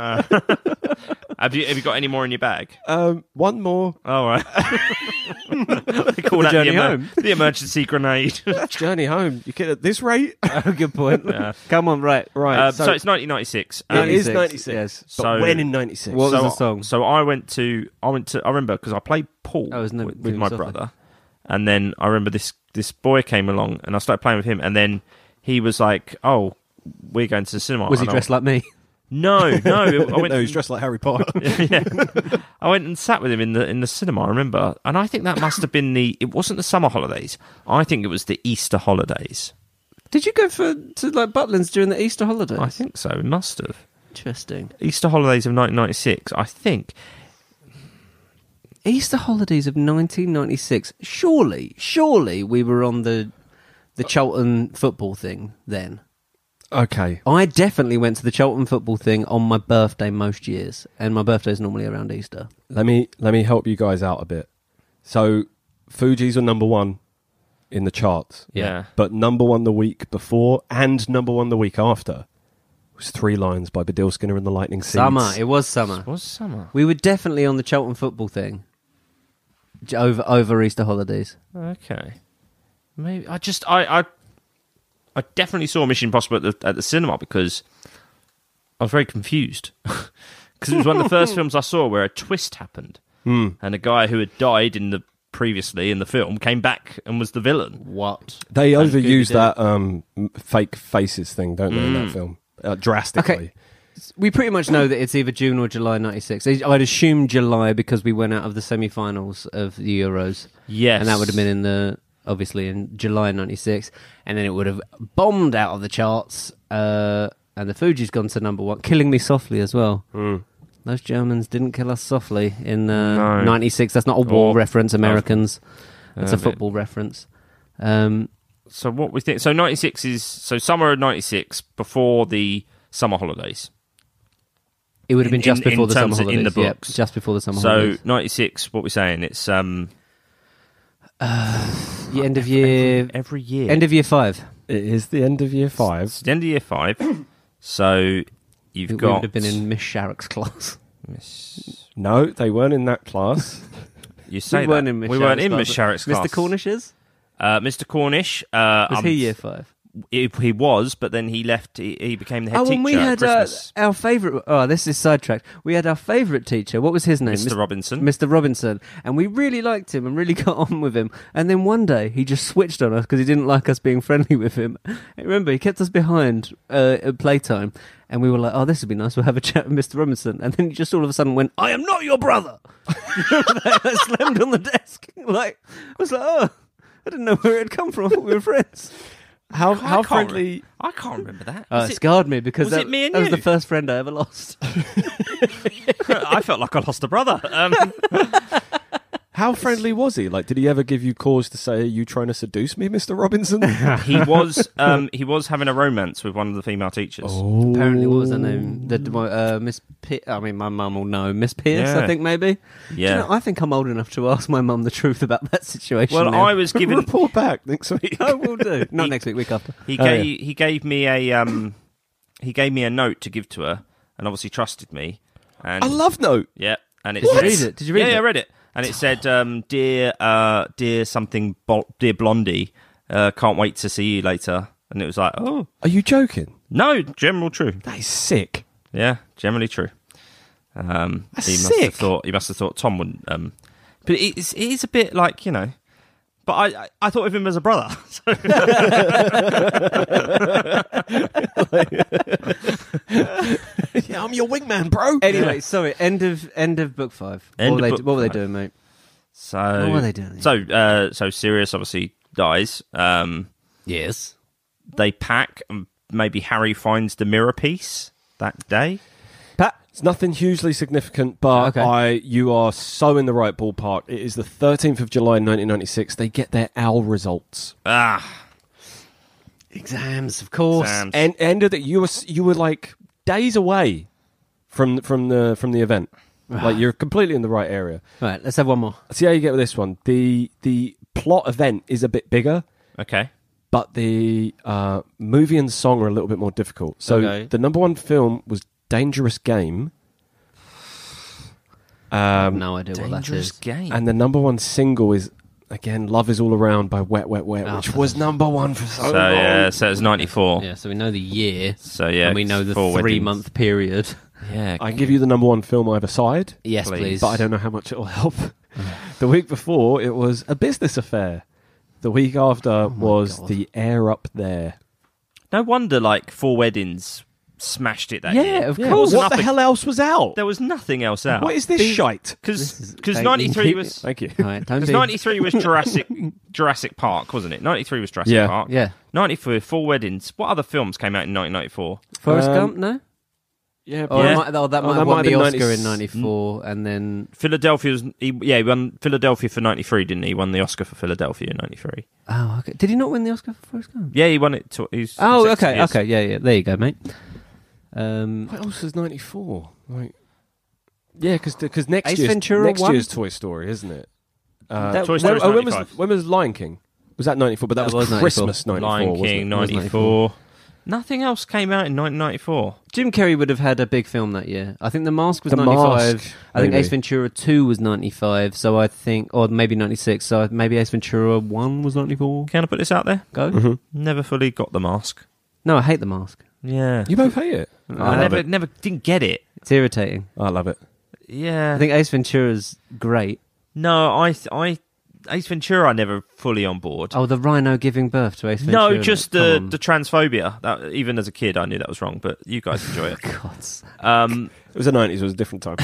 have you have you got any more in your bag? [laughs] Um, one more All right. [laughs] they call that the, journey emer- home. the emergency grenade. journey home. You kid at this [laughs] rate? oh, [laughs] good point. Come on, right, right. Uh, so, it's 1996. It Um, is 96, 96. yes. But So- when in 96? What so, was the song? So I went to I went to I remember because I played pool Oh, isn't it with, with William my Suffolk? brother, and then I remember this this boy came along and I started playing with him, and then he was like, "Oh, we're going to the cinema." was he And I- dressed like me? No, [laughs] no. I went. no, he's dressed like Harry [laughs] Potter. [laughs] yeah. I went and sat with him in the in the cinema. I remember, and I think that must have been the. It wasn't the summer holidays. I think it was the Easter holidays. Did you go for to like Butlins during the Easter holidays? I think so. It must have. Interesting. Easter holidays of 1996. I think. Easter holidays of 1996. Surely, surely we were on the the Cheltenham football thing then. okay. I definitely went to the Cheltenham football thing on my birthday most years, and my birthday's normally around Easter. Let me let me help you guys out a bit. So, Fuji's are number one in the charts. Yeah. But number one the week before and number one the week after was Three Lions by Badil Skinner and the Lightning Seeds. Summer. It was summer. It was summer. We were definitely on the Cheltenham football thing J- over over Easter holidays. Okay. Maybe I just I I, I definitely saw Mission Impossible at the, at the cinema because I was very confused [laughs] because it was one of the [laughs] first films I saw where a twist happened Hmm. and a guy who had died in the previously in the film came back and was the villain. What? They overuse Scooby-Doo. that um, m- fake faces thing, don't they, in Mm. that film? Uh, drastically. Okay. We pretty much know that it's either June or July '96. I'd assume July because we went out of the semi-finals of the Euros. Yes, and that would have been in the obviously in July '96, and then it would have bombed out of the charts. Uh, and the Fuji's gone to number one, killing me softly as well. Hmm. Those Germans didn't kill us softly in No. '96. That's not a war Or- reference, Americans. That's a Um, it- football reference. Um, So what we think? So ninety six is so summer of ninety six before the summer holidays. it would have in- been just in- in before the summer terms of- holidays. in the yeah, books. just before the summer so holidays. ninety six. What we're saying? It's um The end of year, every year. end of year five. It is the end of year five. It's the end of year five. [coughs] So you've We got. would have been in Miss Sharrock's class. Miss- No, they weren't in that class. You say we that. weren't in Miss we Sharrock's weren't in class, Miss but- Sharrock's class. Mr. Cornish's Uh, Mr. Cornish. Uh, was um, he year five? He, he was, but then he left. He, he became the head teacher. and Oh, we had at Christmas. Uh, our favourite. Oh, this is sidetracked. We had our favourite teacher. What was his name? Mr. Robinson. Mr. Robinson. And we really liked him and really [laughs] got on with him. And then one day he just switched on us because he didn't like us being friendly with him. [laughs] And remember, he kept us behind uh, at playtime. And we were like, oh, this would be nice. We'll have a chat with Mr. Robinson. And then he just all of a sudden went, I am not your brother. [laughs] I slammed on the desk. [laughs] Like, I was like, oh, I didn't know where it had come from. I thought we were friends. [laughs] How, I how can't friendly. re- I can't remember that. Oh, Is it it- scarred me [laughs] because was that, it me and that was you? the first friend I ever lost. [laughs] I felt like I lost a brother. Um, How friendly was he? Like, did he ever give you cause to say, "Are you trying to seduce me, Mister [laughs] Robinson"? he was. Um, he was having a romance with one of the female teachers. Oh. Apparently, what was her um, name? The uh, Miss. P- I mean, my mum will know. Miss Pierce, Yeah. I think maybe. Do you Yeah. know, I think I'm old enough to ask my mum the truth about that situation. well, now. I was given. Report back next [laughs] week. [laughs] I will do. [laughs] Not next week. Week after. He Oh, gave he gave me a um, he gave me a note to give to her, and obviously trusted me. And I love note. Yeah, and it Did you said- read it? Did you read yeah, it? Yeah, I read it, and it said, um, "Dear, uh, dear something, bol- dear Blondie, uh, can't wait to see you later." And it was like, "Oh Are you joking? no, general true, That is sick. yeah, generally true." Um, That's he must sick. have thought he must have thought Tom wouldn't. Um, but it is, it is a bit like you know. But I, I, I thought of him as a brother. [laughs] So [laughs] yeah, I'm your wingman, bro. Anyway, sorry. End of end of book five. End what, of were they, book what were they five. doing, mate? so What were Oh, they doing? So uh, so Sirius obviously dies. Um, Yes. they pack. and Maybe Harry finds the mirror piece that day. Pat. It's nothing hugely significant, but Okay. I you are so in the right ballpark. It is the 13th of July 1996. They get their OWL results. Ah, Exams, of course. Exams. And end of the you were s- you were like days away from from the from the [sighs] event. like you're completely in the right area. Right, let's have one more. See how you get with this one. The the plot event is a bit bigger. okay. but the uh, movie and song are a little bit more difficult. So Okay. the number one film was Dangerous Game. Um, No idea what that Dangerous is. game. And the number one single is again "Love Is All Around" by Wet Wet Wet, Oh, Ah, which for was number one for so, so long. yeah, so it's ninety four. Oh. Yeah, so we know the year. So yeah, and we know the four three weddings. month period. Yeah, I can give you the number one film either side, Yes, Please. please. but I don't know how much it'll help. [laughs] the week before it was a business affair. The week after Oh was God. the air up there. no wonder like four weddings smashed it that year. Yeah, of Yeah, course. Wasn't what the nothing- hell else was out? There was nothing else out. What is this shite? This is- Because Don't ninety three keep- was Thank you. All right, don't because be- ninety three [laughs] was Jurassic Jurassic Park, wasn't it? Ninety three was Jurassic Yeah. Park. Yeah. ninety four. Four weddings. What other films came out in nineteen ninety four? Forrest Um, Gump, no? Yeah, [laughs] Or Yeah. it might, oh, that Oh, might that have might won the have been Oscar 90s. in 94, and then. Philadelphia was he, yeah he won Philadelphia for ninety three, didn't he? He Won the Oscar for Philadelphia in ninety three. Oh, okay. Did he not win the Oscar for Forrest Gump? Yeah, he won it. To, he's Oh, he's- okay, he's- okay, yeah, yeah. There you go, mate. Um, What else is ninety four? Like, yeah, because because next Ace year's Ventura next one? year's Toy Story, isn't it? Uh, That- Toy when- Story's oh, when was 95. when was Lion King? Was that ninety four? But that, That was, was 94. Christmas ninety four. Lion King it? It was ninety four. Nothing else came out in nineteen ninety four. Jim Carrey would have had a big film that year. I think The Mask was The 95. Mask, I think maybe. Ace Ventura 2 was 95, so I think, or maybe 96, so maybe Ace Ventura 1 was 94. Can I put this out there? Go. Mm-hmm. Never fully got the mask. No, I hate The Mask. Yeah, You both hate it. I, love never it. never didn't get it. It's irritating. I love it. Yeah, I think Ace Ventura's great. no, I th- I Ace Ventura I never fully on board. Oh, the rhino giving birth to Ace Ventura. no, just Come the on. the transphobia. That, even as a kid, I knew that was wrong, but you guys enjoy it. [laughs] Gods. Um, It was the nineties. It was a different time.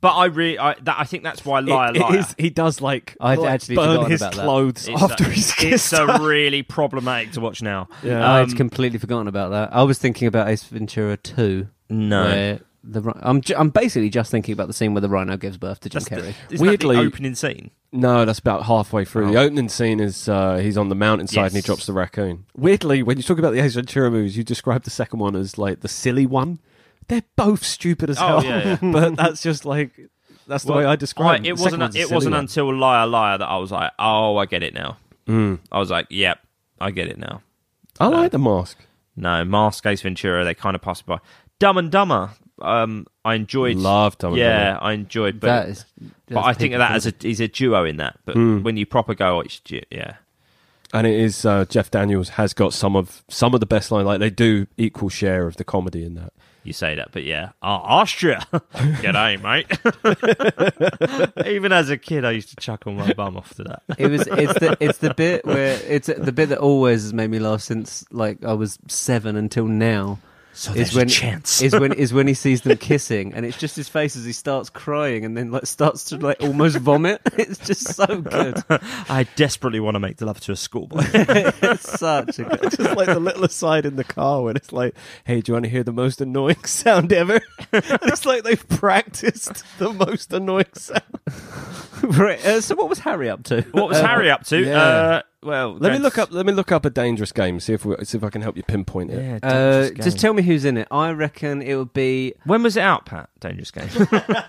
but I really, I, that, I think that's why liar It- it liar. is- he does like I'd like, actually burn forgotten his about that. clothes It's after a, he's it's [laughs] kissed. a her. really problematic to watch now. yeah. Oh, I'd Um, completely forgotten about that. I was thinking about Ace Ventura 2. No. Where the, rhi- I'm, ju- I'm basically just thinking about the scene where the rhino gives birth to Jim That's the- Carrey. isn't that Weirdly- the opening scene. No, that's about halfway through. The Oh. opening scene is uh, he's on the mountainside and he Yes. drops the raccoon. Weirdly, when you talk about the Ace Ventura movies, you describe the second one as like the silly one. They're both stupid as Oh, hell, yeah, [laughs] but that's just like that's the Well, way I I, describe it. it The wasn't. second one's a It silly wasn't one. until liar liar that I was like, oh, I get it now. Mm. I was like, yep, I get it now. I uh, like the mask. No, Mask, Ace Ventura, they kind of passed by. Dumb and Dumber, um, I enjoyed. Love Dumb and yeah, Dumber. I enjoyed, but That is, but that's I think of that peak. as a he's a duo in that. But Hmm. when you proper go, it's du- yeah, And it is uh, Jeff Daniels has got some of some of the best line. Like they do equal share of the comedy in [laughs] that. you say that, but yeah, oh, Austria, [laughs] g'day, mate. [laughs] Even as a kid, I used to chuckle my bum off to that. it was it's the it's the bit where it's the bit that always has made me laugh since like I was seven until now. So Is when is when is when he sees them kissing, and it's just his face as he starts crying, and then like starts to like almost vomit. [laughs] It's just so good. I desperately want to make love to a schoolboy. It's such a good. just like the little aside in the car when it's like, hey, do you want to hear the most annoying sound [laughs] ever? it's like they've practiced the most annoying sound. Right, uh, so what was Harry up to? what was Harry up to? yeah. Uh, well, Let me going- look up. Let me look up a dangerous game. See if we, see if I can help you pinpoint it. Yeah, Uh, Dangerous just Game. tell me who's in it. I reckon it would be. When was it out, Pat? Dangerous Game.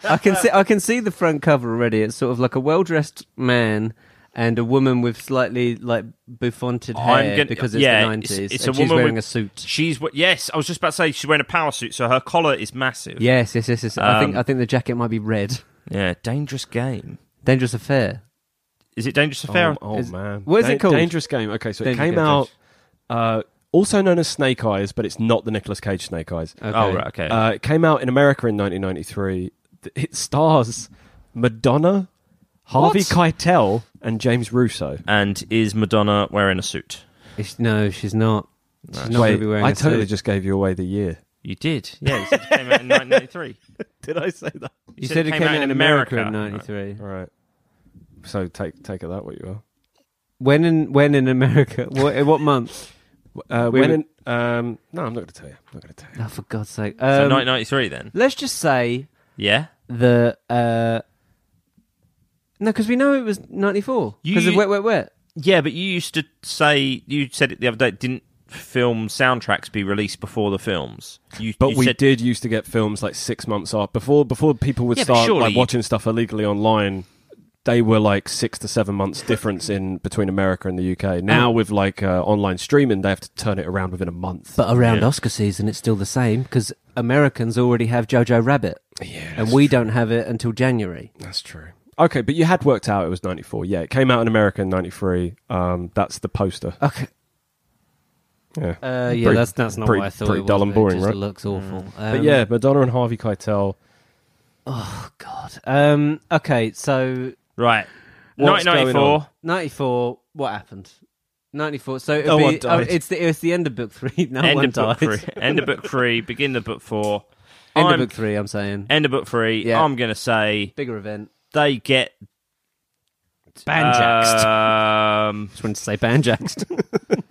I can see. I can see the front cover already. It's sort of like a well-dressed man and a woman with slightly like bouffanted I'm hair gonna- because it's yeah, the nineties. it's- it's and a she's woman wearing with- a suit. [laughs] She's w- yes. I was just about to say she's wearing a power suit, so her collar is massive. Yes, yes, yes. yes. I think Um, I think the jacket might be red. Yeah, dangerous game. Dangerous affair. Is it dangerous affair? Oh, oh, Is- man, what is it called? Dangerous game. Okay, so it Dangerous came Game. out. Uh, also known as Snake Eyes, but it's not the Nicolas Cage Snake Eyes. Okay. Oh, right, okay. Uh, it came out in America in 1993. Th- It stars Madonna, Harvey Keitel, and James Russo. and is Madonna wearing a suit? It's- no, she's not. She's not going to Wait, be wearing. I a totally suit. just gave you away the year. You did. Yeah, it came [laughs] out in 1993. Did I say that? You said, it came out in America, in '93. All right. So take take it that what you are. When in when in America? What, in what month? [laughs] Uh, We when were- in, um, no, I'm not going to tell you. I'm not going to tell you. Oh, for God's sake. So Um, 1993 then. let's just say Yeah. the uh no because we know it was 94 because of You- wet wet wet Yeah, but you used to say you said it the other day. Didn't film soundtracks be released before the films? You, But you we said, did used to get films like six months off before before people would Yeah, but start surely- like watching stuff illegally online. They were like six to seven months difference in between America and the UK. Now with like uh, online streaming, they have to turn it around within a month. but around Yeah. oscar season it's still the same because americans already have jojo rabbit yeah, and we don't have it until january That's true. Okay, but you had worked out it was 94. Yeah, it came out in America in 93. Um, that's the poster. okay Yeah. uh, yeah Pretty- that's that's not pretty- what i thought pretty it was, dull and but it boring, just right? looks awful but Um, yeah, Madonna and Harvey Keitel. oh god um okay so right. What's going 1994. 94 what happened 94 so it'd No be, one died. Oh, it's the it's the end of book three [laughs] [laughs] no End one of book died three. End of book three. Begin of book four. end I'm, of book three i'm saying End of book three. Yeah. I'm gonna say bigger event they get banjaxed um, Uh, just wanted to say banjaxed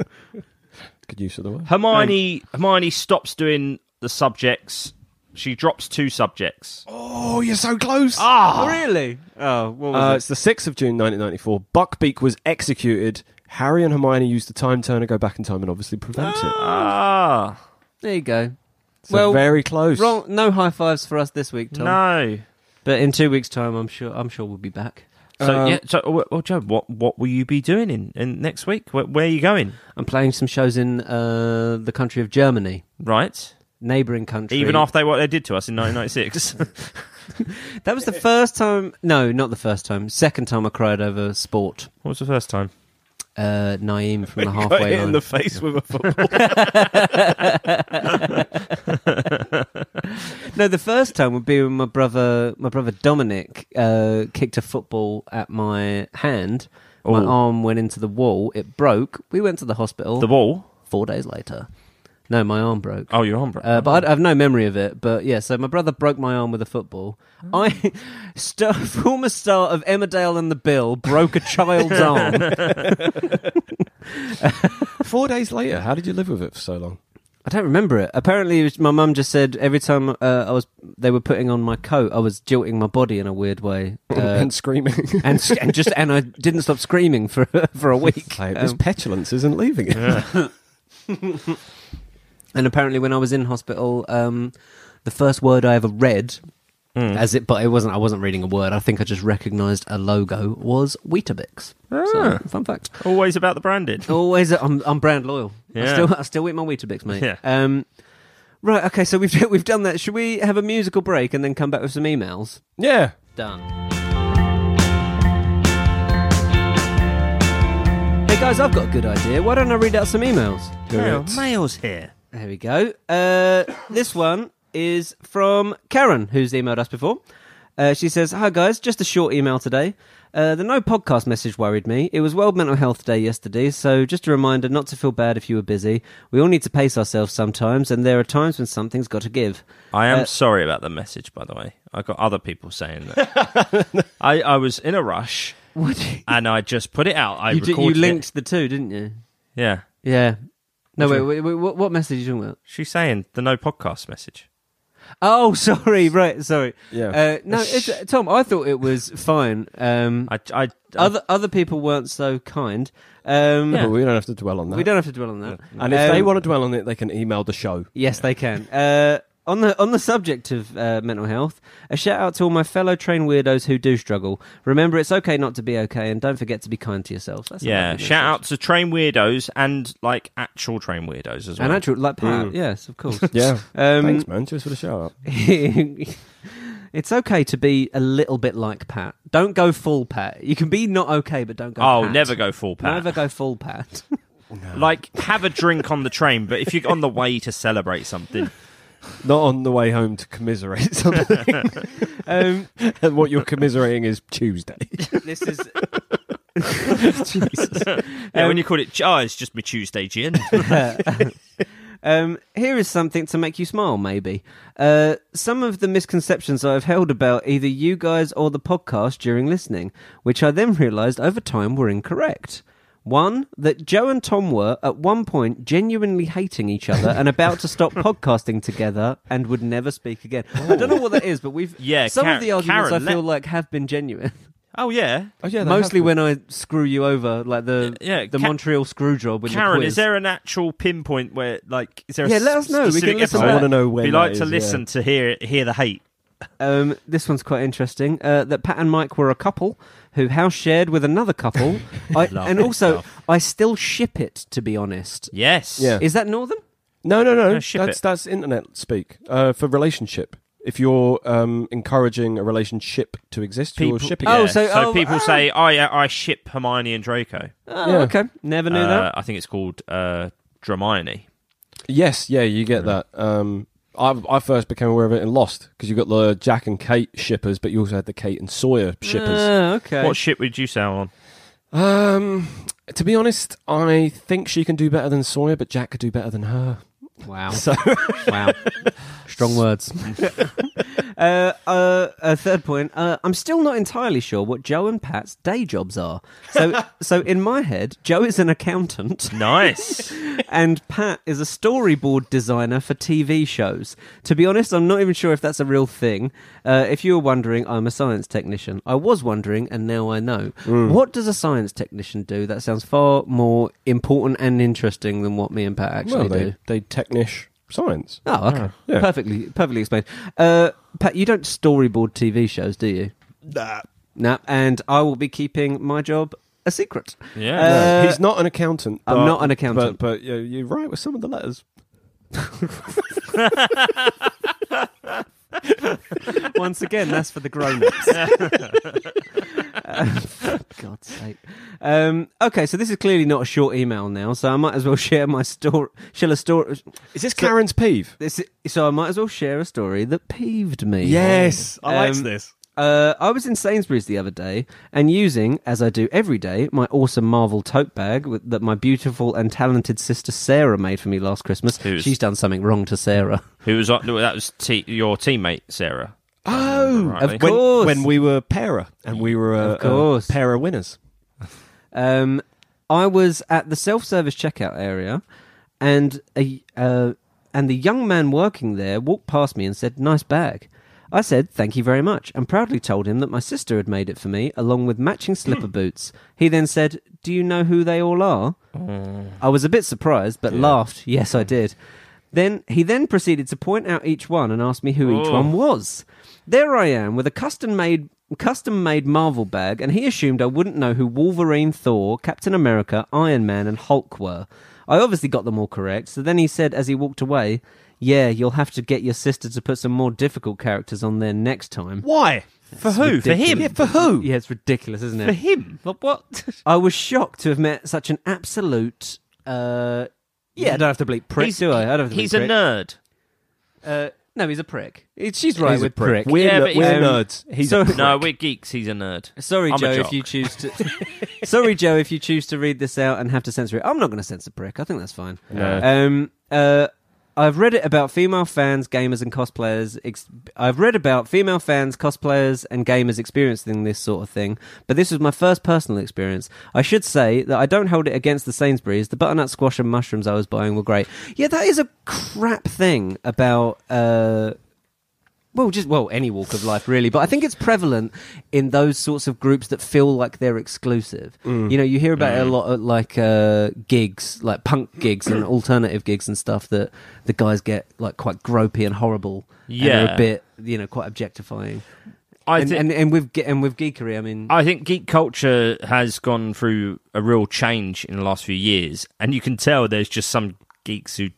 Good use of the word. Hermione. Um, Hermione stops doing the subjects. She drops two subjects. Oh, you're so close. Oh, really? Oh, what Uh, was it's the 6th of June 1994. Buckbeak was executed. Harry and Hermione used the time turn to go back in time and obviously prevent [gasps] it. Ah, it? There you go. So well, very close. Wrong, no high fives for us this week, Tom. no. But in two weeks' time, I'm sure. I'm sure we'll be back. So Um, yeah. So uh, well, well, Joe, what what will you be doing in, in next week? Where, where are you going? I'm playing some shows in uh, the country of Germany, Right. neighbouring country. Even after what they did to us in [laughs] 1996. that was the first time. No, not the first time. Second time I cried over sport. what was the first time? Uh, [laughs] Naeem from the halfway line. face with a football. no, the first time would be when my brother, my brother Dominic, uh, kicked a football at my hand. My Ooh. arm went into the wall. It broke. We went to the hospital. The wall. four days later. No, my arm broke. Oh, your arm broke. Uh, but I, I have no memory of it. But yeah, so my brother broke my arm with a football. [laughs] I, star, former star of Emmerdale and the Bill, broke a child's arm. [laughs] Four days later, how did you live with it for so long? I don't remember it. Apparently, it was, my mum just said every time uh, I was they were putting on my coat, I was jilting my body in a weird way, uh, and [laughs] screaming. and and just and I didn't stop screaming for [laughs] for a week. Like, Um, this petulance isn't leaving it. And apparently, when I was in hospital, um, the first word I ever read, Hmm. as it, but it wasn't. I wasn't reading a word. I think I just recognised a logo was Weetabix. So, fun fact. Ah, Always about the branded. Always, I'm, I'm brand loyal. I Yeah. still, I still eat my Weetabix, mate. Yeah. Um, right. Okay. So we've [laughs] we've done that. Should we have a musical break and then come back with some emails? yeah. Done. Hey guys, I've got a good idea. Why don't I read out some emails? Do Mail, it. mail's here. There we go. Uh, this one is from Karen, who's emailed us before. Uh, she says, Hi guys, just a short email today. Uh, the no podcast message worried me. It was World Mental Health Day yesterday, so just a reminder not to feel bad if you were busy. We all need to pace ourselves sometimes, and there are times when something's got to give. I am Uh, sorry about the message, by the way. I got other people saying that. [laughs] I, I was in a rush What? [laughs] and I just put it out. I You, d- you recorded it. linked the two, didn't you? Yeah. Yeah. No, wait, wait, wait, what, what message are you talking about? She's saying the no podcast message. Oh, [laughs] sorry, right, sorry. Yeah. Uh, no, it's, Tom, I thought it was fine. Um, I, I, I- other other people weren't so kind. Um, But we don't have to dwell on that. We don't have to dwell on that. and if Um, they want to dwell on it, they can email the show. yes, they can. Uh, on the on the subject of uh, mental health, a shout out to all my fellow train weirdos who do struggle. Remember, it's okay not to be okay, and don't forget to be kind to yourselves. That's a yeah, lovely shout message. out to train weirdos and like actual train weirdos as well. And actual, like Pat, yes, of course. Yeah. Um, Thanks, man. Cheers for the shout out. [laughs] it's okay to be a little bit like Pat. Don't go full Pat. You can be not okay, but don't go. oh, Pat. never go full pat. Never go full Pat. [laughs] Like have a drink on the train, but if you're on the way to celebrate [laughs] something, [laughs] Not on the way home to commiserate [laughs] something. [laughs] Um, and what you're commiserating is Tuesday. this is yeah, when you call it, oh, it's just my Tuesday [laughs] gin. Um, here is something to make you smile, maybe. Uh, some of the misconceptions I've held about either you guys or the podcast during listening, which I then realised over time were incorrect. One, that Joe and Tom were at one point genuinely hating each other and about [laughs] to stop podcasting together and would never speak again. I don't know what that is, but we've Yeah, some Karen- of the arguments Karen, I feel let- like have been genuine. Oh yeah, Oh yeah, they Mostly have- when I screw you over, like the Yeah, yeah, the Ca- Montreal screw job. In Karen, the is there an actual pinpoint where like is there? Yeah, a let us know. We specific can listen episode? to I wanna know when We that like to is, listen yeah. to hear hear the hate. Um, this one's quite interesting. Uh, that Pat and Mike were a couple who house shared with another couple, I, Love and that also stuff. I still ship it. To be honest, Yes. Yeah. is that Northern? No, no, no. No, ship that's it. that's internet speak uh, for relationship. If you're um, encouraging a relationship to exist, People, you're shipping. yeah. Oh, it. so- oh, people ah. say, "I uh, I ship Hermione and Draco." Oh, Yeah. okay. Never knew Uh, that. I think it's called uh, Dramione. yes, yeah, you get that. Um, I, I first became aware of it in Lost because you got the Jack and Kate shippers, but you also had the Kate and Sawyer shippers. Ah, okay. What ship would you sail on? um, to be honest, I think she can do better than Sawyer, but Jack could do better than her. wow. So [laughs] wow. Strong words. [laughs] uh, uh, a third point. Uh, I'm still not entirely sure what Joe and Pat's day jobs are. So, so in my head, Joe is an accountant. [laughs] Nice. and Pat is a storyboard designer for TV shows. To be honest, I'm not even sure if that's a real thing. Uh, if you were wondering, I'm a science technician. I was wondering, and now I know. Hmm. What does a science technician do? That sounds far more important and interesting than what me and Pat actually well, do. they they technish science. Oh, okay. Yeah. Perfectly, perfectly explained. Uh, Pat, you don't storyboard TV shows, do you? Nah. No. And I will be keeping my job a secret. Yeah. Uh, He's not an accountant. I'm but- not an accountant. But, but you you're right with some of the letters. Once again, that's for the grown-ups. [laughs] Uh, for God's sake. Um, okay, so this is clearly not a short email now, so I might as well share my story. Shall a story? Is this Karen's peeve? This, so I might as well share a story that peeved me. Yes, I liked Um, this. Uh, I was in Sainsbury's the other day and using, as I do every day, my awesome Marvel tote bag with, that my beautiful and talented sister Sarah made for me last Christmas. Who's- She's done something wrong to Sarah. Who was on- no, that? Was te- your teammate Sarah? Oh, Rightly. of when, course. when we were para and we were uh, Of course. uh, para winners. Um, I was at the self-service checkout area, and a uh, and the young man working there walked past me and said, "Nice bag." I said, "Thank you very much," and proudly told him that my sister had made it for me, along with matching slipper boots. He then said, "Do you know who they all are?" I was a bit surprised, but laughed. Yes, I did. Then he then proceeded to point out each one and ask me who each Oh. one was. There I am with a custom made custom made Marvel bag, and he assumed I wouldn't know who Wolverine, Thor, Captain America, Iron Man, and Hulk were. I obviously got them all correct. So then he said as he walked away, "Yeah, you'll have to get your sister to put some more difficult characters on there next time." Why? For who? For him? ridiculous. for who? Yeah, it's ridiculous, isn't it? For him? But what? [laughs] I was shocked to have met such an absolute. Uh, yeah, I don't have to bleep prick, do I? I don't have to he's bleep a prick. nerd. [laughs] Uh, no, he's a prick. It- she's right He's a with prick. prick. We're, Yeah, ner- but we're he's- nerds. He's So- a prick. No, we're geeks. He's a nerd. Sorry, I'm a Joe, if jock. you choose to. [laughs] Sorry, Joe, if you choose to read this out and have to censor it. I'm not going to censor prick. I think that's fine. Um, uh, I've read it about female fans, gamers, and cosplayers. Ex- I've read about female fans, cosplayers, and gamers experiencing this sort of thing, but this was my first personal experience. I should say that I don't hold it against the Sainsbury's. The butternut squash and mushrooms I was buying were great. Yeah, that is a crap thing about. Uh, well, just well, any walk of life, really. But I think it's prevalent in those sorts of groups that feel like they're exclusive. Mm. You know, you hear about it a lot at like uh, gigs, like punk [clears throat] gigs and alternative gigs and stuff that the guys get like quite gropey and horrible. and are Yeah. a bit you know quite objectifying. I and, think. and and with ge- and with geekery, I mean, I think geek culture has gone through a real change in the last few years, and you can tell there's just some geeks who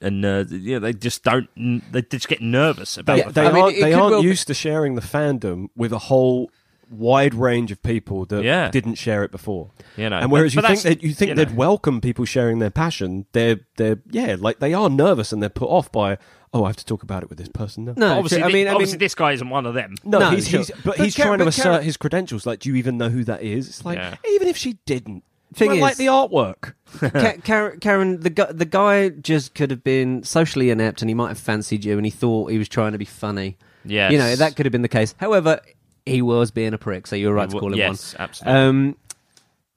and nerds. You know, they just don't. They just get nervous about. They, the they I mean, aren't, it they could aren't well be- used to sharing the fandom with a whole wide range of people that Yeah. didn't share it before. You know, and whereas but- but you think that's- that you think you know. they'd welcome people sharing their passion, they're they're yeah, like they are nervous and they're put off by oh, I have to talk about it with this person now. no, obviously, I mean, I mean, obviously, this guy isn't one of them. No, No, he's, sure. he's but, But he's Car- trying to but assert Car- his credentials. Like, do you even know who that is? It's like, Yeah. even if she didn't, Thing well, like is- the [laughs] artwork. [laughs] Ka- Kar- Karen, the gu- the guy just could have been socially inept, and he might have fancied you, and he thought he was trying to be funny. Yes. you know that could have been the case. However, he was being a prick, so you were right He to wa- call him yes, one. absolutely. Um,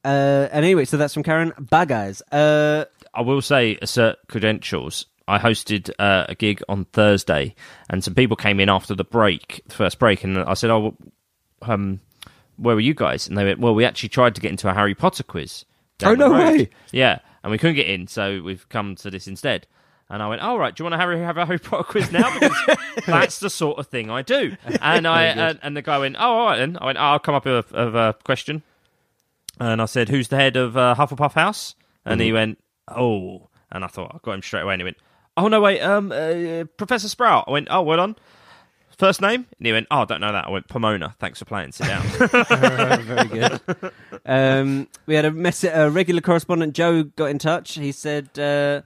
Uh, and anyway, so that's from Karen Bagaz. Uh, I will say, assert credentials. I hosted uh, a gig on Thursday, and some people came in after the break, the first break, and I said, "Oh, well, um, where were you guys?" And they went, "Well, we actually tried to get into a Harry Potter quiz." down Oh, the no road." way. Yeah, and we couldn't get in, so we've come to this instead. And I went, "All right, do you want to Harry, have a Harry Potter quiz now? [laughs] Because that's the sort of thing I do." And I and, and the guy went, "Oh, all right." Then I went, "I'll come up with a, of a question." And I said, "Who's the head of uh, Hufflepuff House?" And Mm-hmm. he went, "Oh." And I thought I got him straight away. And he went, "Oh no, wait, um, uh, Professor Sprout." I went, "Oh, well done." First name? And he went, "Oh, I don't know that." I went, "Pomona." Thanks for playing. Sit down. [laughs] very good. um, we had a, mess- a regular correspondent, Joe, got in touch. He said, uh,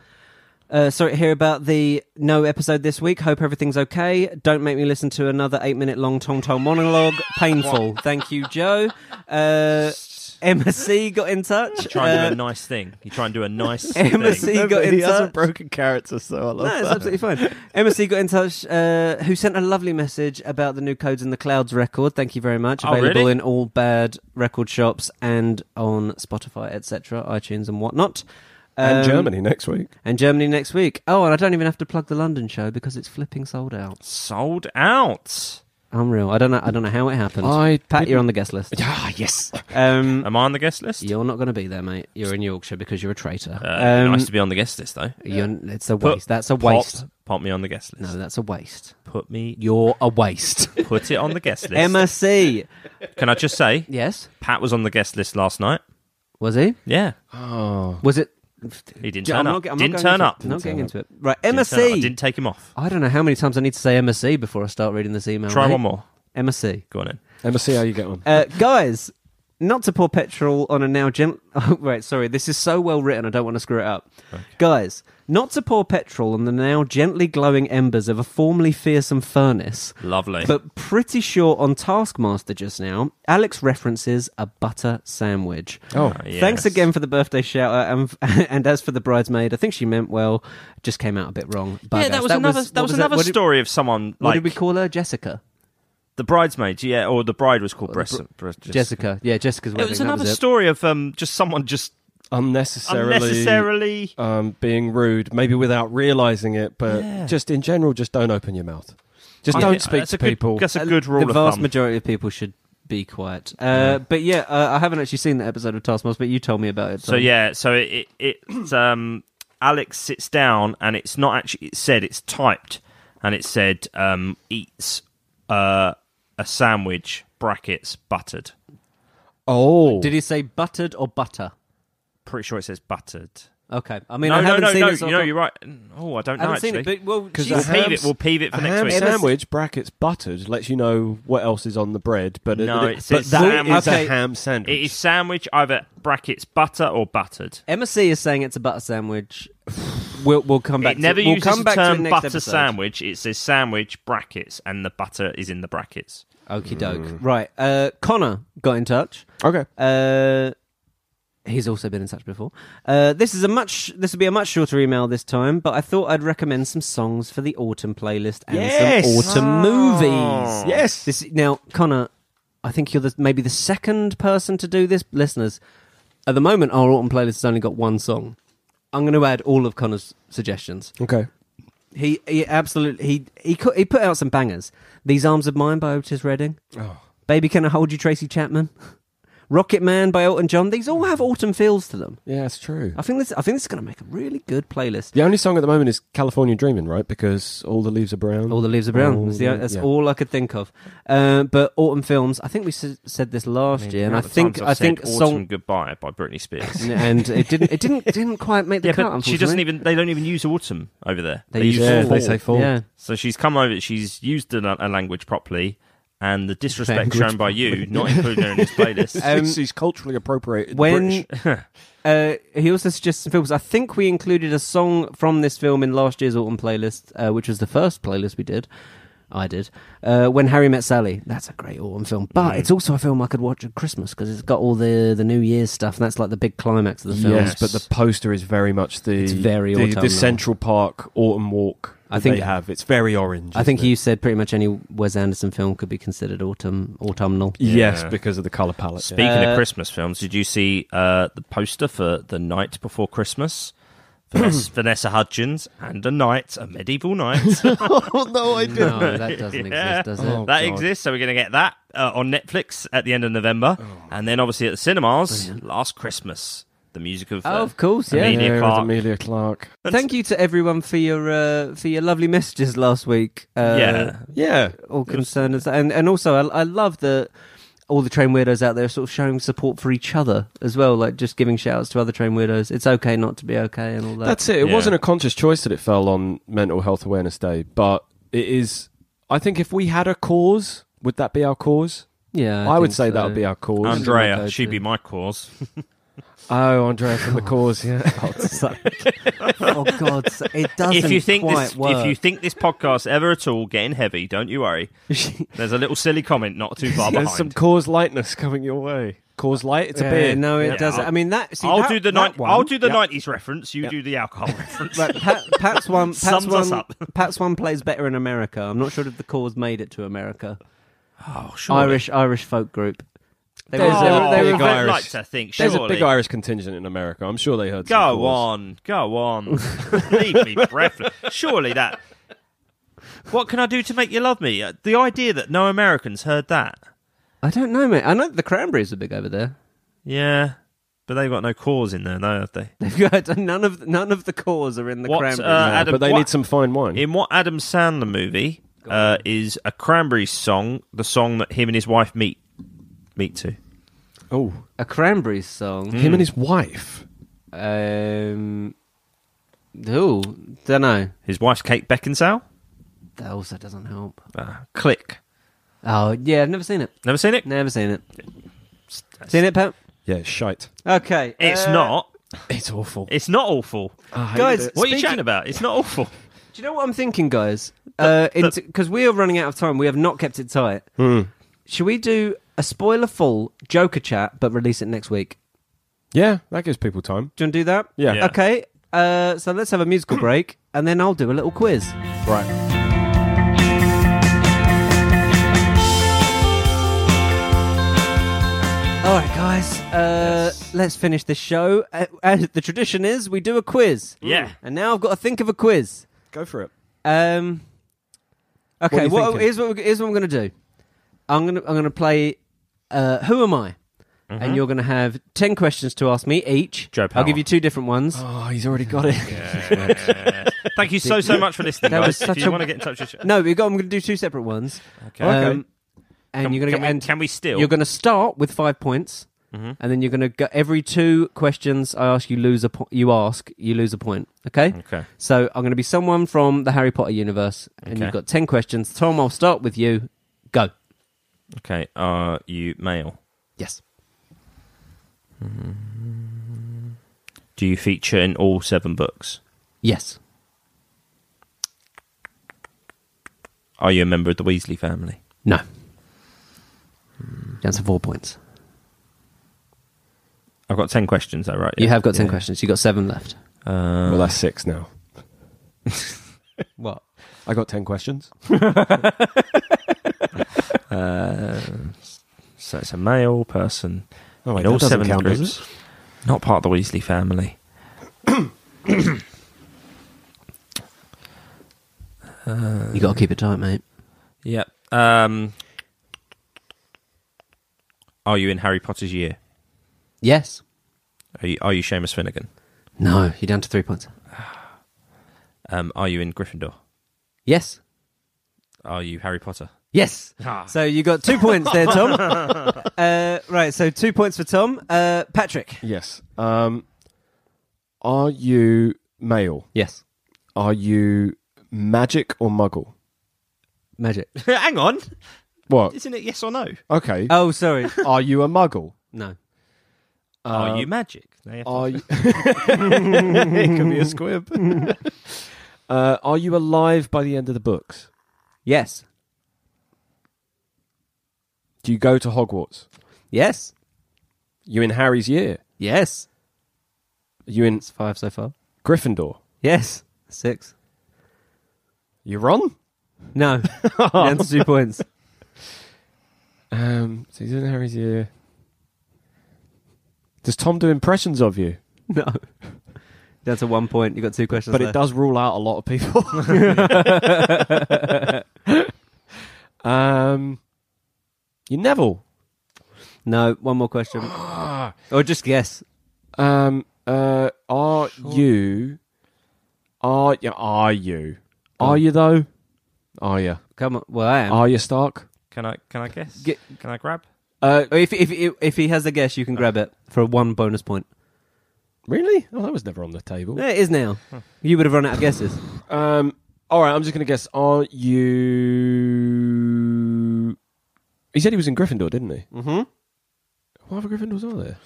uh, sorry to hear about the no episode this week. Hope everything's okay. Don't make me listen to another eight minute long Tom Tom monologue. Painful. Thank you, Joe. Uh, Emma C got in touch. try [laughs] and do Uh, a nice thing. You try and do a nice [laughs] Emma thing. C got in he has touch. a broken character, so I love No, it's that. absolutely fine. [laughs] Emma C got in touch, uh, who sent a lovely message about the new Codes in the Clouds record. Thank you very much. Oh, Available really? in all bad record shops and on Spotify, etc., iTunes, and whatnot. and [laughs] Um, Germany next week. And Germany next week. Oh, and I don't even have to plug the London show because it's flipping sold out. Sold out. Unreal. I don't know. I don't know how it happened. I Pat, didn't- you're on the guest [laughs] list. [laughs] Ah, yes. Um, Am I on the guest list? [laughs] you're not going to be there, mate. You're in Yorkshire because you're a traitor. Uh, um, nice to be on the guest list, though. you're, it's a Put- waste. That's a Pop- waste. Pop me on the guest No, list. that's a waste. Put me. You're a waste. Put it on the guest list. [laughs] Emma C. Can I just say, Yes. Pat was on the guest list last night. Was he? Yeah, Oh. Was it? he didn't I'm turn not up. get- I'm not didn't going turn into, up. I'm not getting turn into it. Right, Didn't turn up. I MSC. didn't take him off. I don't know how many times I need to say MSC before I start reading this email. Try mate. one more. MSC. Go on in. Emma, see how you get on. Uh, guys, not to pour petrol on a now gentle. [laughs] Oh, right, sorry. This is so well written. I don't want to screw it up. Guys, not to pour petrol on the now gently glowing embers of a formerly fearsome furnace. Lovely. But pretty sure on Taskmaster just now, Alex references a butter sandwich. Oh. Yes. Thanks again for the birthday shout out, and, [laughs] and as for the bridesmaid, I think she meant well, just came out a bit wrong. But yeah, that was another. That was, another story of someone What like did we call her? Jessica. the bridesmaid. Yeah, or the bride was called Bress. Bress- Jessica. Yeah, Jessica's It wedding. was that another was it. story of um, just someone just Unnecessarily. unnecessarily. Uh-huh. Um, being rude, maybe without realizing it, but Yeah. just in general, just don't open your mouth. Just I- don't speak Oh, that's to a good- people. That's a good rule Uh, The of vast thumb. majority of people should be quiet. Uh, But yeah, uh, I haven't actually seen that episode of Taskmaster, but you told me about it. So Tom. yeah, so it, it it's um Alex sits down and it's not actually it said it's typed and it said um eats uh a sandwich brackets buttered. oh, Did he say buttered or butter? Pretty sure it says buttered. Okay. I mean, no, I no, haven't no, seen no. it. so I you know, can't- you're right. Oh, I don't I know haven't actually. seen it, but well, 'Cause we'll I Jesus. have- peeve it. We'll peeve it a for next ham week. sandwich brackets buttered lets you know what else is on the bread, but No, it, it says but that sandwich. is Okay. a ham It sandwich. is sandwich either brackets butter or buttered. Emma C is saying it's a butter sandwich. We'll, we'll come back. it never to, we'll uses come back the to term it next butter episode. sandwich. It says sandwich brackets and the butter is in the brackets. Okie doke. Right. Uh, Connor got in touch. okay. Uh, he's also been in touch before. Uh, this is a much. This will be a much shorter email this time, but I thought I'd recommend some songs for the autumn playlist and Yes. Oh. some autumn movies. Yes. This now, Connor. I think you're the, maybe the second person to do this, listeners. At the moment, our autumn playlist has only got one song. I'm going to add all of Connor's suggestions. okay. He, he absolutely he he co- he put out some bangers. These arms of mine by Otis Redding. Oh. Baby, can I hold you, Tracy Chapman? Rocket Man by Elton John. These all have autumn feels to them. Yeah, it's true. I think this I think this is going to make a really good playlist. Uh, The only song at the moment is California Dreaming, right? Because all the leaves are brown. All the leaves are brown. All Oh, that's the- the- that's yeah. all I could think of. Uh, but autumn films. I think we s- said this last year, and I Amount of think times I I've think said Autumn song Goodbye by Britney Spears. [laughs] and it didn't it didn't didn't quite make the Yeah, cut. but she doesn't unfortunately. even. They don't even use autumn over there. They, use use Yeah, fall. they say fall. Yeah. So she's come over. She's used a, a language properly, and the disrespect Language shown by you, not including her in this [laughs] playlist. Um, she's culturally appropriated. when uh, he also suggests some films. I think we included a song from this film in last year's autumn playlist, uh, which was the first playlist we did. I did. Uh, when Harry Met Sally. That's a great autumn film, but it's also a film I could watch at Christmas because it's got all the the New Year's stuff, and that's like the big climax of the film. yes, but the poster is very much the It's very the, autumnal. the Central Park autumn walk I think they have. It's very orange. I think isn't you said pretty much any Wes Anderson film could be considered autumn autumnal. it? Yes, Yeah. because of the color palette. yeah. Speaking Uh, of Christmas films, did you see uh, the poster for The Night Before Christmas? [clears throat] Vanessa, Vanessa Hudgens and a knight, a medieval [laughs] knight. oh no, I didn't. [laughs] No, that doesn't Yeah. exist, does it? Oh. that God. exists, so we're going to get that uh, on Netflix at the end of November, Oh, and then obviously at the cinemas last Christmas, the music of, Oh, uh, of course, yeah. Amelia There is Clarke. Amelia Clark. Thank you to everyone for your uh, for your lovely messages last week. Uh, yeah, Yeah, all concerned as- and and also I, I love that all the train weirdos out there are sort of showing support for each other as well, like just giving shout outs to other train weirdos. It's okay not to be okay and all that. That's it. It Yeah. wasn't a conscious choice that it fell on Mental Health Awareness Day, but it is. I think if we had a cause, would that be our cause? yeah, I, would think say that so. would be our cause. Andrea, Okay, she'd be too. my cause. oh, Andrea from the cause. Yeah. [laughs] God's sake. oh God, it doesn't if you think quite this, work. if you think this podcast ever at all getting heavy, don't you worry. [laughs] There's a little silly comment not too [laughs] far behind. There's some cause lightness coming your way. Cause light. It's Yeah, a beer. No, it Yeah. doesn't. I mean that. See, I'll that- do the that night. I'll one- do the Yep. nineties reference. You do the alcohol [laughs] reference. Right, Pat, Pat's one. Pat's Sums one. us up. Pat's one plays better in America. I'm not sure if the cause made it to America. Oh, sure. Irish Irish folk group. They There's Oh. were, they were- a they big were very- Irish- like to think. There's surely. a big Irish contingent in America. I'm sure they heard. some Go cause. on, go [laughs] on. Leave me breathless. Surely that. What can I do to make you love me? Uh, The idea that no Americans heard that. I don't know, mate. I know the cranberries are big over there. [laughs] Yeah, but they've got no cause in there, though, have Mm. they? They've got none of none of the cores are in the What, cranberries. uh, Yeah, Adam, but they what- need some fine wine. In what Adam Sandler movie uh, is a Cranberries song? The song that him and his wife meet meet to. oh, a cranberries song. Hmm. him and his wife. Um, Hmm? oh, don't know. His wife's Kate Beckinsale. That also doesn't help. Uh, Ah, click. Oh yeah, I've never seen it. Never seen it. Never seen it. Seen Uh, it, Pat? Yeah, shite. Okay, It's uh, not. It's awful. It's not awful. guys. What are you speaking- chatting about? It's not awful. Do you know what I'm thinking, guys? Uh, Because we are running out of time. We have not kept it tight. Hmm. Should we do a spoiler full Joker chat, but release it next week? Yeah, that gives people time. Do you want to do that? Yeah. Yeah. Okay. Uh, so let's have [coughs] a musical break, and then I'll do a little quiz. Right. All right, guys. Uh, Let's finish this show. Uh, as the tradition is, we do a quiz. Mm. Yeah. And now I've got to think of a quiz. Go for it. Um, are okay, you well, thinking? here's what we- here's what I'm going to do. I'm going to I'm going to play. Uh, Who am I? And you're going to have ten questions to ask me each. Mm-hmm. Joe I'll Powell. give you two different ones. Oh, he's already got it. Thank you so so much for listening, That guys. was such if you a- want to get in touch with you, No, we got. I'm going to do two separate ones. Okay. Um, Okay. and Can- you're going can to we- and can we still? You're going to start with five points, Mm-hmm. and then you're going to go every two questions I ask you lose a po- you ask you lose a point. Okay. Okay. So I'm going to be someone from the Harry Potter universe, and Okay. you've got ten questions. Tom, I'll start with you. Go. Okay. Are you male? Yes. Do you feature in all seven books? Yes. Are you a member of the Weasley family? No. Down to four points. I've got ten questions, though, right? You Yeah. have got ten Yeah. questions. You got seven left. [laughs] well, that's six [laughs] now. What? I got ten questions. Uh, So it's a male person Oh, wait, in all that doesn't seven count, does groups. Not part of the Weasley family. You got to keep it tight, mate. Yep. Um, are you in Harry Potter's year? Yes. Are you, are you Seamus Finnegan? No. You're down to three points. Um, are you in Gryffindor? Yes. Are you Harry Potter? Yes. Ah. So you got two points there, Tom. [laughs] uh, right. So two points for Tom. Uh, Patrick. Yes. Um, are you male? Yes. Are you magic or muggle? Magic. [laughs] Hang on, What? isn't it yes or no? Okay. Uh, Oh, sorry. are you a muggle? Um, No. Um, are you magic? Are you... it [laughs] could be a squib. uh, are you alive by the end of the books? Yes. Do you go to Hogwarts? Yes. You in Harry's year? Yes. Are you in It's five so far. Gryffindor? Yes. Six. You're wrong. [laughs] No. down to two points. Um, so he's in Harry's year. Does Tom do impressions of you? No. Down to one point. You've got two questions but it left. does rule out a lot of [laughs] people. um, you [gasps] Neville. No, one more question. or just guess. Um, uh, are you? Are you? Are you? Are you though? Are you? Come on. Well, I am. Are you Stark? Can I can I guess? Get- can I grab? Uh, if, if, if, if he has a guess, you can grab it for one bonus point. Really? Oh, that was never on the table. There it is now. You would have run out of guesses. Um. All right, I'm just gonna guess. Are you? He said he was in Gryffindor, didn't he? Mm-hmm. What other Gryffindors are there?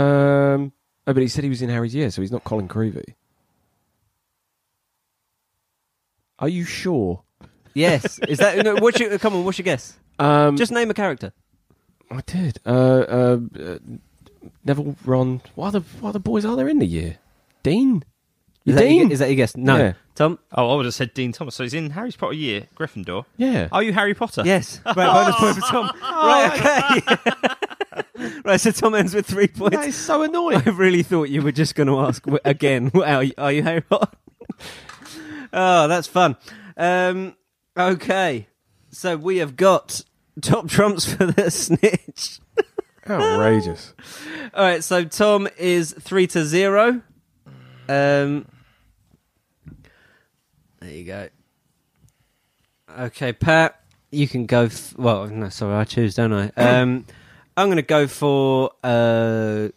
Um. Oh, but he said he was in Harry's year, so he's not Colin Creevy. Are you sure? Yes. Is that. No, what's your, come on, what's your guess? Um, Just name a character. I did. Uh, uh, uh, Neville, Ron. What other what other boys are there in the year? Dean. Is that, Dean. Your, is that your guess? No. Yeah. Tom? Oh, I would have said Dean Thomas. So he's in Harry Potter year, Gryffindor. yeah. Oh, Are you Harry Potter? Yes. Right, bonus point for Tom. Right, okay. [laughs] right, so Tom ends with three points. that is so annoying. I really thought you were just going to ask wh- again. [laughs] wh- Are you, are you Harry Potter? oh, that's fun. Um, okay, so we have got top trumps for the [laughs] snitch. [laughs] Outrageous. All right, so Tom is three to zero. Um, there you go. Okay, Pat, you can go. F- well, no, sorry, I choose, don't [clears throat] I? Um, I'm going to go for uh,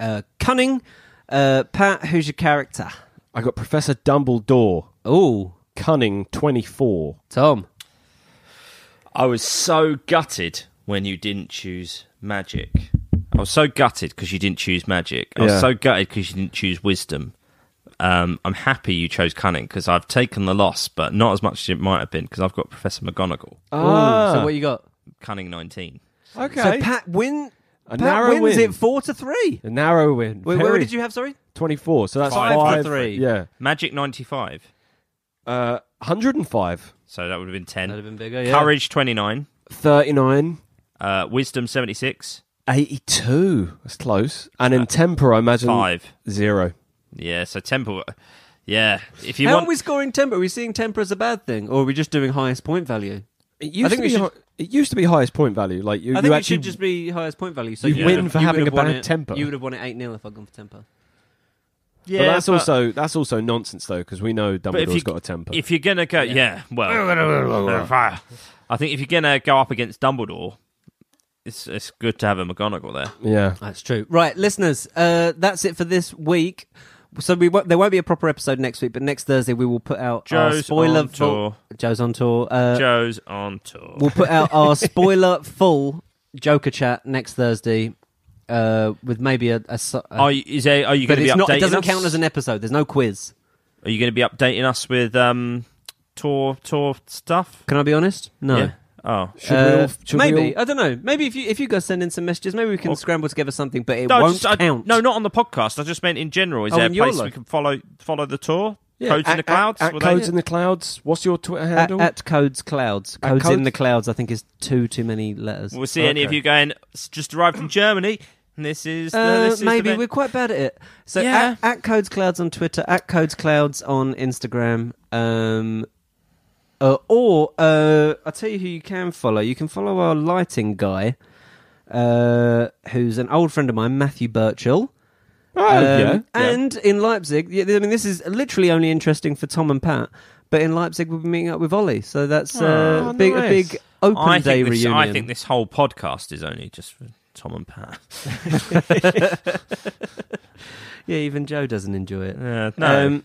uh, cunning. Uh, Pat, who's your character? I got Professor Dumbledore, Oh, cunning twenty four. Tom. I was so gutted when you didn't choose magic. I was so gutted because you didn't choose magic. I Yeah. was so gutted because you didn't choose wisdom. Um, I'm happy you chose cunning because I've taken the loss, but not as much as it might have been because I've got Professor McGonagall, Ooh, Ah, so what you got? cunning 19. Okay. So Pat win. A Pat narrow wins win. it four to three. a narrow win. Wait, where did you have? Sorry, twenty four? So that's Five five. for three. Yeah. Magic 95. Uh, hundred and five. So that would have been 10. that'd have been bigger. Yeah. Courage 29. Thirty nine. Uh, wisdom 76. 82. That's close. And in temper, I imagine. Five. Zero. Yeah, so temple. Yeah, if you How want, are we scoring temper? Are we seeing temper as a bad thing, or are we just doing highest point value? It I used, think to, be we should- hi- it used to be highest point value. Like you, I think you it actually, should just be highest point value. So you win would've- for you having would've a bad won it- temper. You would have won it eight 0 if I'd gone for temper. yeah, But that's but- also that's also nonsense though, because we know but if Dumbledore's you- got a temper. If you're gonna go, yeah, well, I think if you're gonna go up against Dumbledore, it's it's good to have a McGonagall there. yeah. That's true. Right, listeners, uh, that's it for this week. So we won't, there won't be a proper episode next week, but next Thursday we will put out our Joe's Oh, spoiler on tour. Full, Joe's on tour. Uh, Joe's on tour. We'll put out [laughs] our spoiler full Joker chat next Thursday. Uh, with maybe a, a, su- a Are you, is there, are you but going to be it's updating not, it doesn't us? count as an episode. There's no quiz. Are you going to be updating us with um tour tour stuff? Can I be honest? No. Yeah. Oh, Should Uh, we all? Should maybe We all, I don't know. Maybe if you if you guys send in some messages, maybe we can Or- scramble together something. But it No, I won't just- I- count. no, not on the podcast. I just meant in general. Is Oh, there a in your place we life. can follow follow the tour? yeah, Codes at, in the clouds. At, Were at they- codes in the clouds. What's your Twitter at, handle? at codes clouds. At Codes, in codes- the clouds. I think is too too many letters. We'll see any of Okay. you going. "S- Just arrived from Germany. And this is the, Uh, this is the maybe bit." we're quite bad at it. So Yeah. at, at codes clouds on Twitter, at codes clouds on Instagram, um, uh, or uh, I'll tell you who you can follow. You can follow our lighting guy, uh, who's an old friend of mine, Matthew Birchall. oh Um, yeah. And in Leipzig, yeah, I mean, this is literally only interesting for Tom and Pat. But in Leipzig, we'll be meeting up with Ollie, so that's uh, Oh, big, nice. a big open I day think, this, reunion. I think this whole podcast is only just for Tom and Pat. yeah, even Joe doesn't enjoy it. Yeah, no. Um,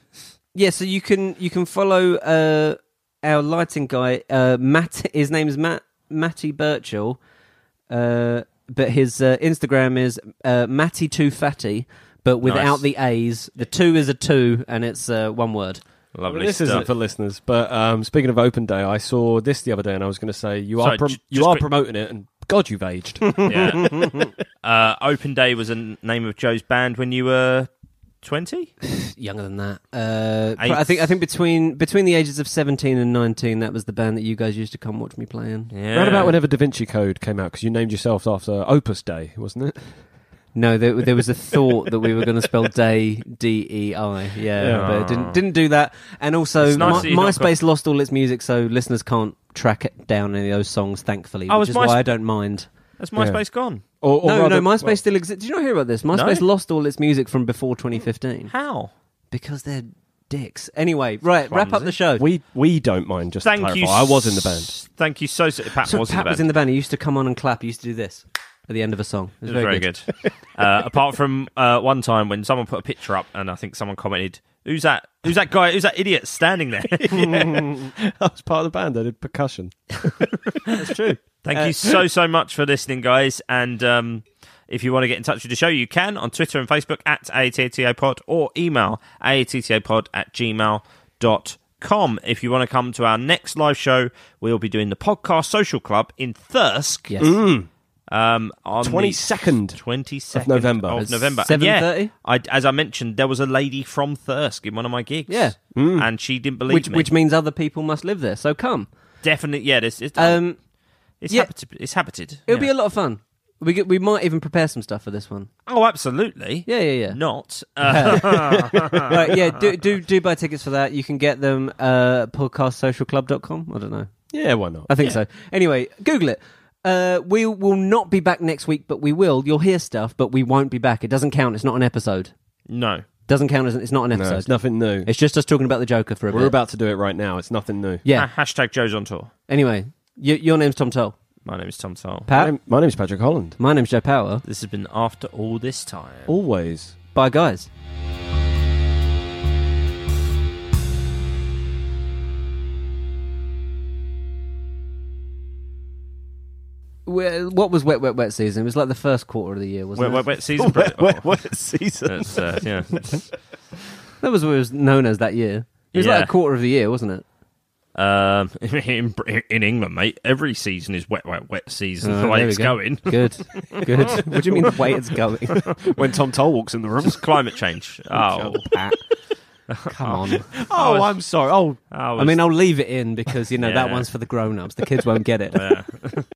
yeah, so you can you can follow uh, our lighting guy, uh, Matt. His name is Matt Matty Birchall, uh, but his uh, Instagram is uh, Matty Too Fatty, but Nice. without the A's. The two is a two, and it's uh, one word. Lovely Well, this stuff. isn't for listeners, but um, speaking of open day, I saw this the other day, and I was going to say you Sorry, are prom- j- you just are quick- promoting it, and God, you've aged. Yeah. uh, Open Day was the n- name of Joe's band when you were 20? Younger than that. Uh, Eight. I think I think between between the ages of seventeen and nineteen, that was the band that you guys used to come watch me playing. Yeah. Right about whenever Da Vinci Code came out, because you named yourself after Opus Day, wasn't it? No, there, there was a thought that we were going to spell day D E I. Yeah, Yeah. but it didn't didn't do that. And also, It's nice my, that you've not MySpace lost all its music, so listeners can't track it down any of those songs. Thankfully, Oh, which is is Mys- why I don't mind. That's MySpace gone. Or, or no, rather- no, MySpace still exists. Did you not hear about this? MySpace lost all its music from before 2015 How? because they're dicks. Anyway, right, wrap up Clumsy. the show. well, we we don't mind. Just to Thank clarify, you. I was in the band. s- Thank you so so Pat, so was, in Pat the band. was in the band. He used to come on and clap. He used to do this at the end of a song. It was, It was very good. uh, [laughs] apart from uh, one time when someone put a picture up, and I think someone commented, "Who's that? Who's that guy? Who's that idiot standing there?" [laughs] I was part of the band. I did percussion. That's true. Uh, Thank you [laughs] so so much for listening, guys. And um, if you want to get in touch with the show, you can on Twitter and Facebook at AATTO Pod or email AATTOPod at gmail.com. If you want to come to our next live show, we'll be doing the podcast social club in Thirsk. Yes. Mm. Um, on the 22nd 22nd of November. Of It's November. 7:30? And yeah, I, as I mentioned, there was a lady from Thirsk in one of my gigs. Yeah. Mm. And she didn't believe Which, me. which means other people must live there. So come. Definitely, yeah, this, it's, Oh. Um, it's, yeah. habited, it's habited. it'll be yeah. a lot of fun. We get, we might even prepare some stuff for this one. Oh, absolutely. Yeah, yeah, yeah. [laughs] Not. Uh, right, yeah, do, do do buy tickets for that. You can get them uh podcastsocialclub.com. I don't know. Yeah, why not? I think so. Anyway, Google it. Uh, we will not be back next week, but we will. You'll hear stuff, but we won't be back. It doesn't count. It's not an episode. no. Doesn't count as it's not an No, episode. it's nothing new. It's just us talking about the Joker for a We're bit. about to do it right now. It's nothing new. Ah, yeah. hashtag Joe's on tour. Anyway, y- your name's Tom Toll. My name is Tom Toll. My, Pat, name, my name's Patrick Holland. my name's Joe Power. This has been After All This Time. Always. Bye, guys. Well, What was wet, wet, wet season? It was like the first quarter of the year, wasn't Wait, wait, it? [laughs] wait, season [laughs] break. Oh, season? that's, uh, yeah. That was what it was known as that year. It was Yeah. like a quarter of the year, wasn't it? Um, [laughs] in, in England, mate, every season is wet, wet, wet season. Oh, the way there we it's go. going. [laughs] Good, good. what do you mean the way it's going? when Tom Toll walks in the room. It's climate [laughs] change. [laughs] Oh, Pat, [laughs] come on. [laughs] oh, I'm sorry. Oh, I I was- mean, I'll leave it in because you know that Yeah. [laughs] one's for the grown-ups. The kids won't get it. yeah. [laughs]